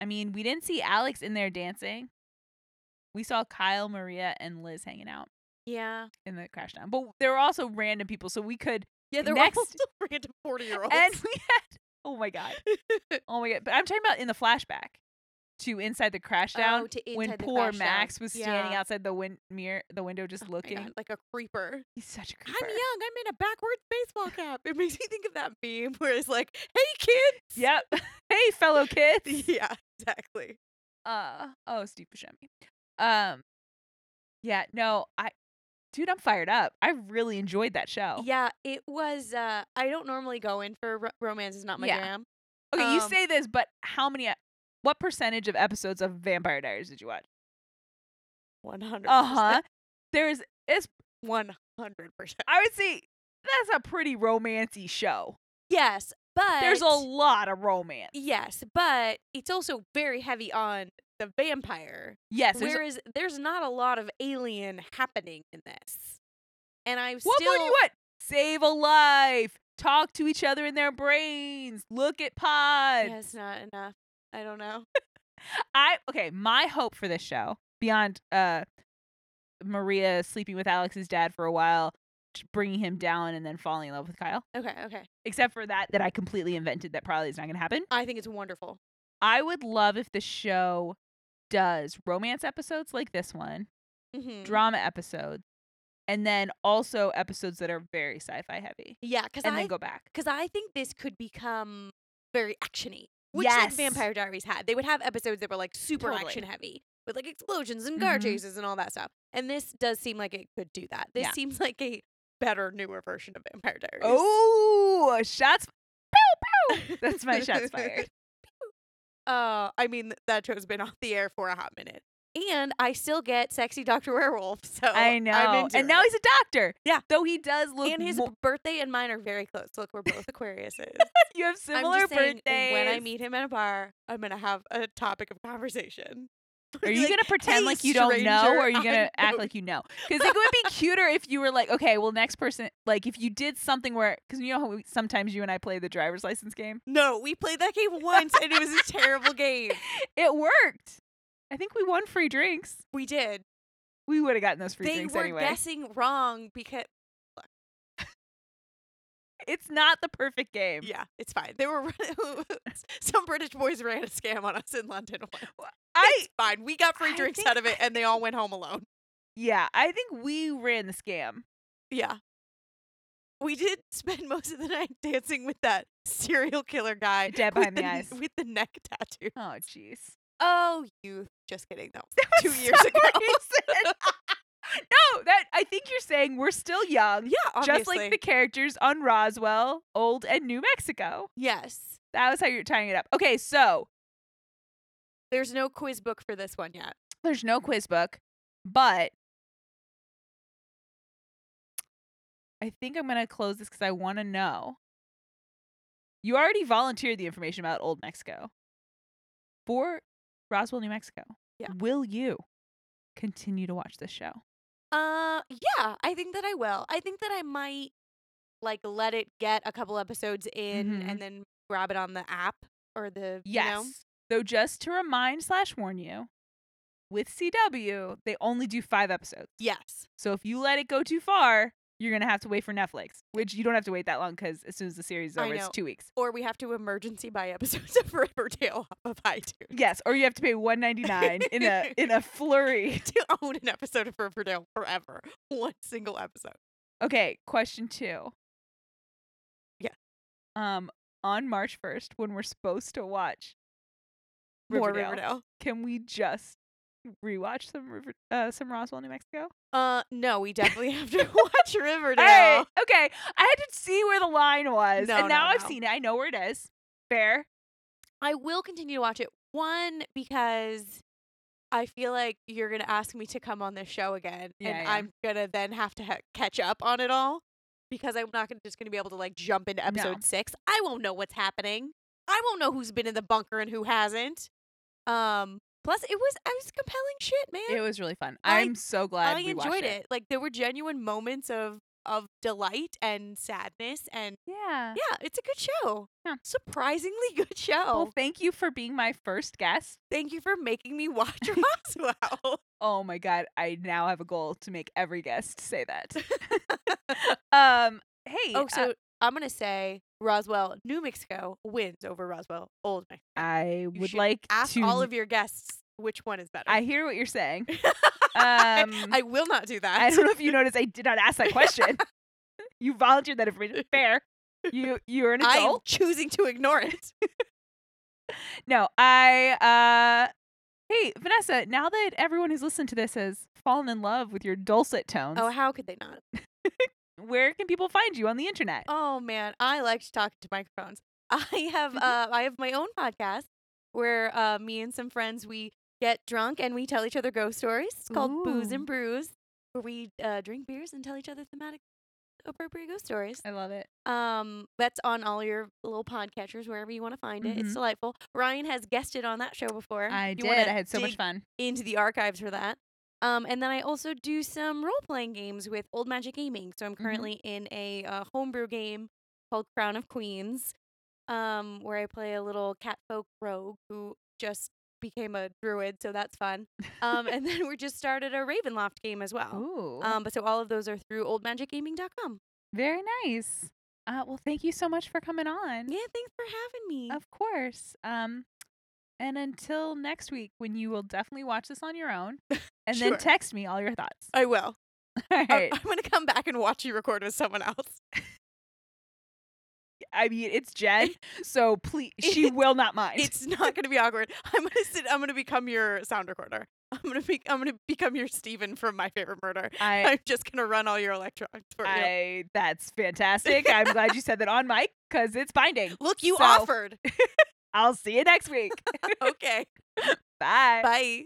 Speaker 1: i mean we didn't see alex in there dancing we saw kyle maria and liz hanging out
Speaker 2: Yeah.
Speaker 1: in the crash down but there were also random people so we could
Speaker 2: Yeah,
Speaker 1: they
Speaker 2: they're
Speaker 1: were all
Speaker 2: all
Speaker 1: Next-
Speaker 2: still random 40 year olds.
Speaker 1: and we had oh my god oh my god but i'm talking about in the flashback to inside the crash down
Speaker 2: Oh, to
Speaker 1: when
Speaker 2: inside the
Speaker 1: poor
Speaker 2: crash down.
Speaker 1: max was standing
Speaker 2: Yeah.
Speaker 1: outside the win- mirror the window just
Speaker 2: Oh my
Speaker 1: looking
Speaker 2: God, like a creeper.
Speaker 1: he's such a creeper
Speaker 2: I'm young. I'm in a backwards baseball cap. It makes me think of that meme where it's like, "Hey kids."
Speaker 1: yep hey fellow kids
Speaker 2: Yeah. Exactly.
Speaker 1: Uh oh, Steve Buscemi. Um, yeah, no, I, dude, I'm fired up. I really enjoyed that show.
Speaker 2: Yeah. It was. uh I don't normally go in for ro- romance. Is not my
Speaker 1: Yeah.
Speaker 2: jam.
Speaker 1: Okay, you
Speaker 2: um,
Speaker 1: say this, but how many? e, What percentage of episodes of Vampire Diaries did you watch?
Speaker 2: One hundred.
Speaker 1: Uh
Speaker 2: Uh-huh.
Speaker 1: huh. There's, it's.
Speaker 2: One hundred percent.
Speaker 1: I would say that's a pretty romancy show.
Speaker 2: Yes, but
Speaker 1: There's a lot of romance.
Speaker 2: Yes, but it's also very heavy on the vampire.
Speaker 1: Yes. There's,
Speaker 2: whereas there's not a lot of alien happening in this. And I've
Speaker 1: what
Speaker 2: still
Speaker 1: more do you want? Save a life. Talk to each other in their brains. Look at pods.
Speaker 2: yeah, it's not enough. I don't know.
Speaker 1: I okay, my hope for this show beyond uh Maria sleeping with Alex's dad for a while, t- bringing him down and then falling in love with Kyle.
Speaker 2: Okay, okay.
Speaker 1: Except for that that I completely invented that probably is not going to happen.
Speaker 2: I think it's wonderful.
Speaker 1: I would love if the show does romance episodes like this one,
Speaker 2: Mm-hmm.
Speaker 1: drama episodes, and then also episodes that are very sci-fi heavy.
Speaker 2: Yeah, because
Speaker 1: And
Speaker 2: I
Speaker 1: then go back.
Speaker 2: because I think this could become very actiony, which
Speaker 1: Yes.
Speaker 2: like Vampire Diaries had. They would have episodes that were like super
Speaker 1: Totally.
Speaker 2: action heavy with like explosions and car
Speaker 1: Mhm.
Speaker 2: chases and all that stuff. And this does seem like it could do that. This
Speaker 1: Yeah.
Speaker 2: seems like a better, newer version of Vampire Diaries.
Speaker 1: Oh, shots pew, pew. That's my shots fired.
Speaker 2: Uh, I mean th- that show's been off the air for a hot minute, and I still get sexy Dr. Werewolf. So
Speaker 1: I
Speaker 2: Oh, I'm
Speaker 1: know.
Speaker 2: into
Speaker 1: And now
Speaker 2: it.
Speaker 1: he's a doctor.
Speaker 2: Yeah.
Speaker 1: Though he does look
Speaker 2: and his
Speaker 1: mo-
Speaker 2: birthday and mine are very close. Look, we're both Aquariuses.
Speaker 1: you have
Speaker 2: I'm
Speaker 1: similar
Speaker 2: just saying, when I
Speaker 1: birthdays.
Speaker 2: meet him at a bar, I'm gonna have a topic of conversation.
Speaker 1: Are you
Speaker 2: Like,
Speaker 1: gonna pretend
Speaker 2: "Hey,
Speaker 1: like you don't know,
Speaker 2: stranger,
Speaker 1: or are you
Speaker 2: I
Speaker 1: gonna act
Speaker 2: know
Speaker 1: like you know? Because it would be cuter if you were like, okay, well, next person, like if you did something where, because you know how we, sometimes you and I play the driver's license game.
Speaker 2: No, we played that game once and it was a terrible game.
Speaker 1: It worked. I think we won free drinks.
Speaker 2: We did.
Speaker 1: We would have gotten those free
Speaker 2: they
Speaker 1: drinks
Speaker 2: were
Speaker 1: anyway.
Speaker 2: guessing wrong because
Speaker 1: It's not the perfect game.
Speaker 2: yeah, it's fine. They were some British boys ran a scam on us in London once.
Speaker 1: I
Speaker 2: It's fine. We got free
Speaker 1: I
Speaker 2: drinks
Speaker 1: think-
Speaker 2: out of it and they all went home alone.
Speaker 1: yeah, I think we ran the scam.
Speaker 2: Yeah. We did spend most of the night dancing with that serial killer guy
Speaker 1: Dead
Speaker 2: with
Speaker 1: behind the eyes.
Speaker 2: with the neck tattoo.
Speaker 1: Oh jeez.
Speaker 2: Oh, youth. Just kidding. That was two
Speaker 1: So
Speaker 2: years ago.
Speaker 1: recent. no, that I think you're saying we're still young.
Speaker 2: yeah, obviously.
Speaker 1: Just like the characters on Roswell, old and New Mexico.
Speaker 2: yes.
Speaker 1: That was how you're tying it up. Okay, so
Speaker 2: There's no quiz book for this one yet.
Speaker 1: there's no quiz book, but I think I'm gonna close this because I want to know. You already volunteered the information about Old Mexico for Roswell, New Mexico.
Speaker 2: Yeah.
Speaker 1: Will you continue to watch this show?
Speaker 2: Uh, yeah, I think that I will. I think that I might like let it get a couple episodes in
Speaker 1: Mhm.
Speaker 2: and then grab it on the app or the you know?
Speaker 1: Yes. Though just to remind slash warn you, with CW they only do five episodes.
Speaker 2: Yes.
Speaker 1: So if you let it go too far, you're gonna have to wait for Netflix, which you don't have to wait that long because as soon as the series is
Speaker 2: I
Speaker 1: over, it's
Speaker 2: know.
Speaker 1: two weeks.
Speaker 2: Or we have to emergency buy episodes of Riverdale off of iTunes
Speaker 1: Yes, or you have to pay one ninety nine in a in a flurry.
Speaker 2: to own an episode of Riverdale forever. One single episode.
Speaker 1: Okay, question two.
Speaker 2: Yeah.
Speaker 1: Um, on March first, when we're supposed to watch
Speaker 2: More
Speaker 1: Riverdale,
Speaker 2: Riverdale.
Speaker 1: can we just rewatch some River uh, some Roswell, New Mexico?
Speaker 2: Uh, no, we definitely have to watch Riverdale.
Speaker 1: Hey, okay. I had to see where the line was,
Speaker 2: No,
Speaker 1: and now
Speaker 2: no,
Speaker 1: I've
Speaker 2: no.
Speaker 1: seen it. I know where it is. Fair.
Speaker 2: I will continue to watch it. One, because I feel like you're going to ask me to come on this show again.
Speaker 1: Yeah,
Speaker 2: and
Speaker 1: yeah.
Speaker 2: I'm going to then have to ha- catch up on it all because I'm not gonna, just going to be able to like jump into episode six. I won't know what's happening. I won't know who's been in the bunker and who hasn't. Um, plus, it was, I was compelling shit, man.
Speaker 1: It was really fun.
Speaker 2: I-
Speaker 1: I'm so glad
Speaker 2: I
Speaker 1: we watched
Speaker 2: enjoyed it. Like, there were genuine moments of, of delight and sadness. And
Speaker 1: Yeah.
Speaker 2: yeah, it's a good show.
Speaker 1: Yeah.
Speaker 2: Surprisingly good show.
Speaker 1: Well, thank you for being my first guest.
Speaker 2: Thank you for making me watch Roswell.
Speaker 1: Oh my god, I now have a goal to make every guest say that. um, hey.
Speaker 2: oh,
Speaker 1: uh,
Speaker 2: so I'm gonna say Roswell, New Mexico wins over Roswell, Old Mexico.
Speaker 1: I would
Speaker 2: should
Speaker 1: like
Speaker 2: Ask
Speaker 1: to
Speaker 2: all of your guests which one is better.
Speaker 1: I hear what you're saying. Um,
Speaker 2: I-
Speaker 1: I,
Speaker 2: um, I will not do that.
Speaker 1: don't know if you noticed I did not ask that question. you volunteered that information. Fair. You you're an
Speaker 2: I'm
Speaker 1: adult.
Speaker 2: choosing to ignore it.
Speaker 1: No, I uh Hey, Vanessa, now that everyone who's listened to this has fallen in love with your dulcet tones,
Speaker 2: oh, how could they not?
Speaker 1: where can people find you on the internet?
Speaker 2: Oh man, I like to talk to microphones. I have
Speaker 1: Mm-hmm.
Speaker 2: uh, I have my own podcast where uh, me and some friends we get drunk and we tell each other ghost stories. It's called Booze
Speaker 1: Ooh.
Speaker 2: and Brews, where we uh, drink beers and tell each other thematic appropriate ghost stories.
Speaker 1: I love it.
Speaker 2: Um, that's on all your little podcatchers wherever you want to find it. It's
Speaker 1: Mhm.
Speaker 2: delightful. Ryan has guested on that show before.
Speaker 1: I
Speaker 2: If you
Speaker 1: did.
Speaker 2: wanna
Speaker 1: I had so much
Speaker 2: dig
Speaker 1: fun.
Speaker 2: into the archives for that. Um, and then I also do some role playing games with Old Magic Gaming. So I'm currently in a uh, homebrew game called Crown of Queens, um, where I play a little catfolk rogue who just became a druid. So that's fun. Um, and then we just started a Ravenloft game as well.
Speaker 1: Ooh.
Speaker 2: Um, but so all of those are through oldmagicgaming.com.
Speaker 1: Very nice. Uh, well, thank you so much for coming on.
Speaker 2: Yeah, thanks for having me.
Speaker 1: Of course. Um, and until next week, when you will definitely watch this on your own, and
Speaker 2: Sure. Oh.
Speaker 1: then text me all your thoughts.
Speaker 2: I will.
Speaker 1: All
Speaker 2: I-
Speaker 1: right.
Speaker 2: I'm going to come back and watch you record with someone else.
Speaker 1: I mean, it's Jen, so please, she
Speaker 2: It-
Speaker 1: will not mind.
Speaker 2: It's not going to be awkward. I'm going to sit. I'm going to become your sound recorder. I'm going to be. I'm going to become your Steven from My Favorite Murder.
Speaker 1: I,
Speaker 2: I'm just going to run all your uh, electrons for you.
Speaker 1: Eh. I, that's fantastic. I'm glad you said that on mic because it's binding.
Speaker 2: Look, you
Speaker 1: so-
Speaker 2: offered.
Speaker 1: I'll see you next week.
Speaker 2: Okay.
Speaker 1: Bye.
Speaker 2: Bye.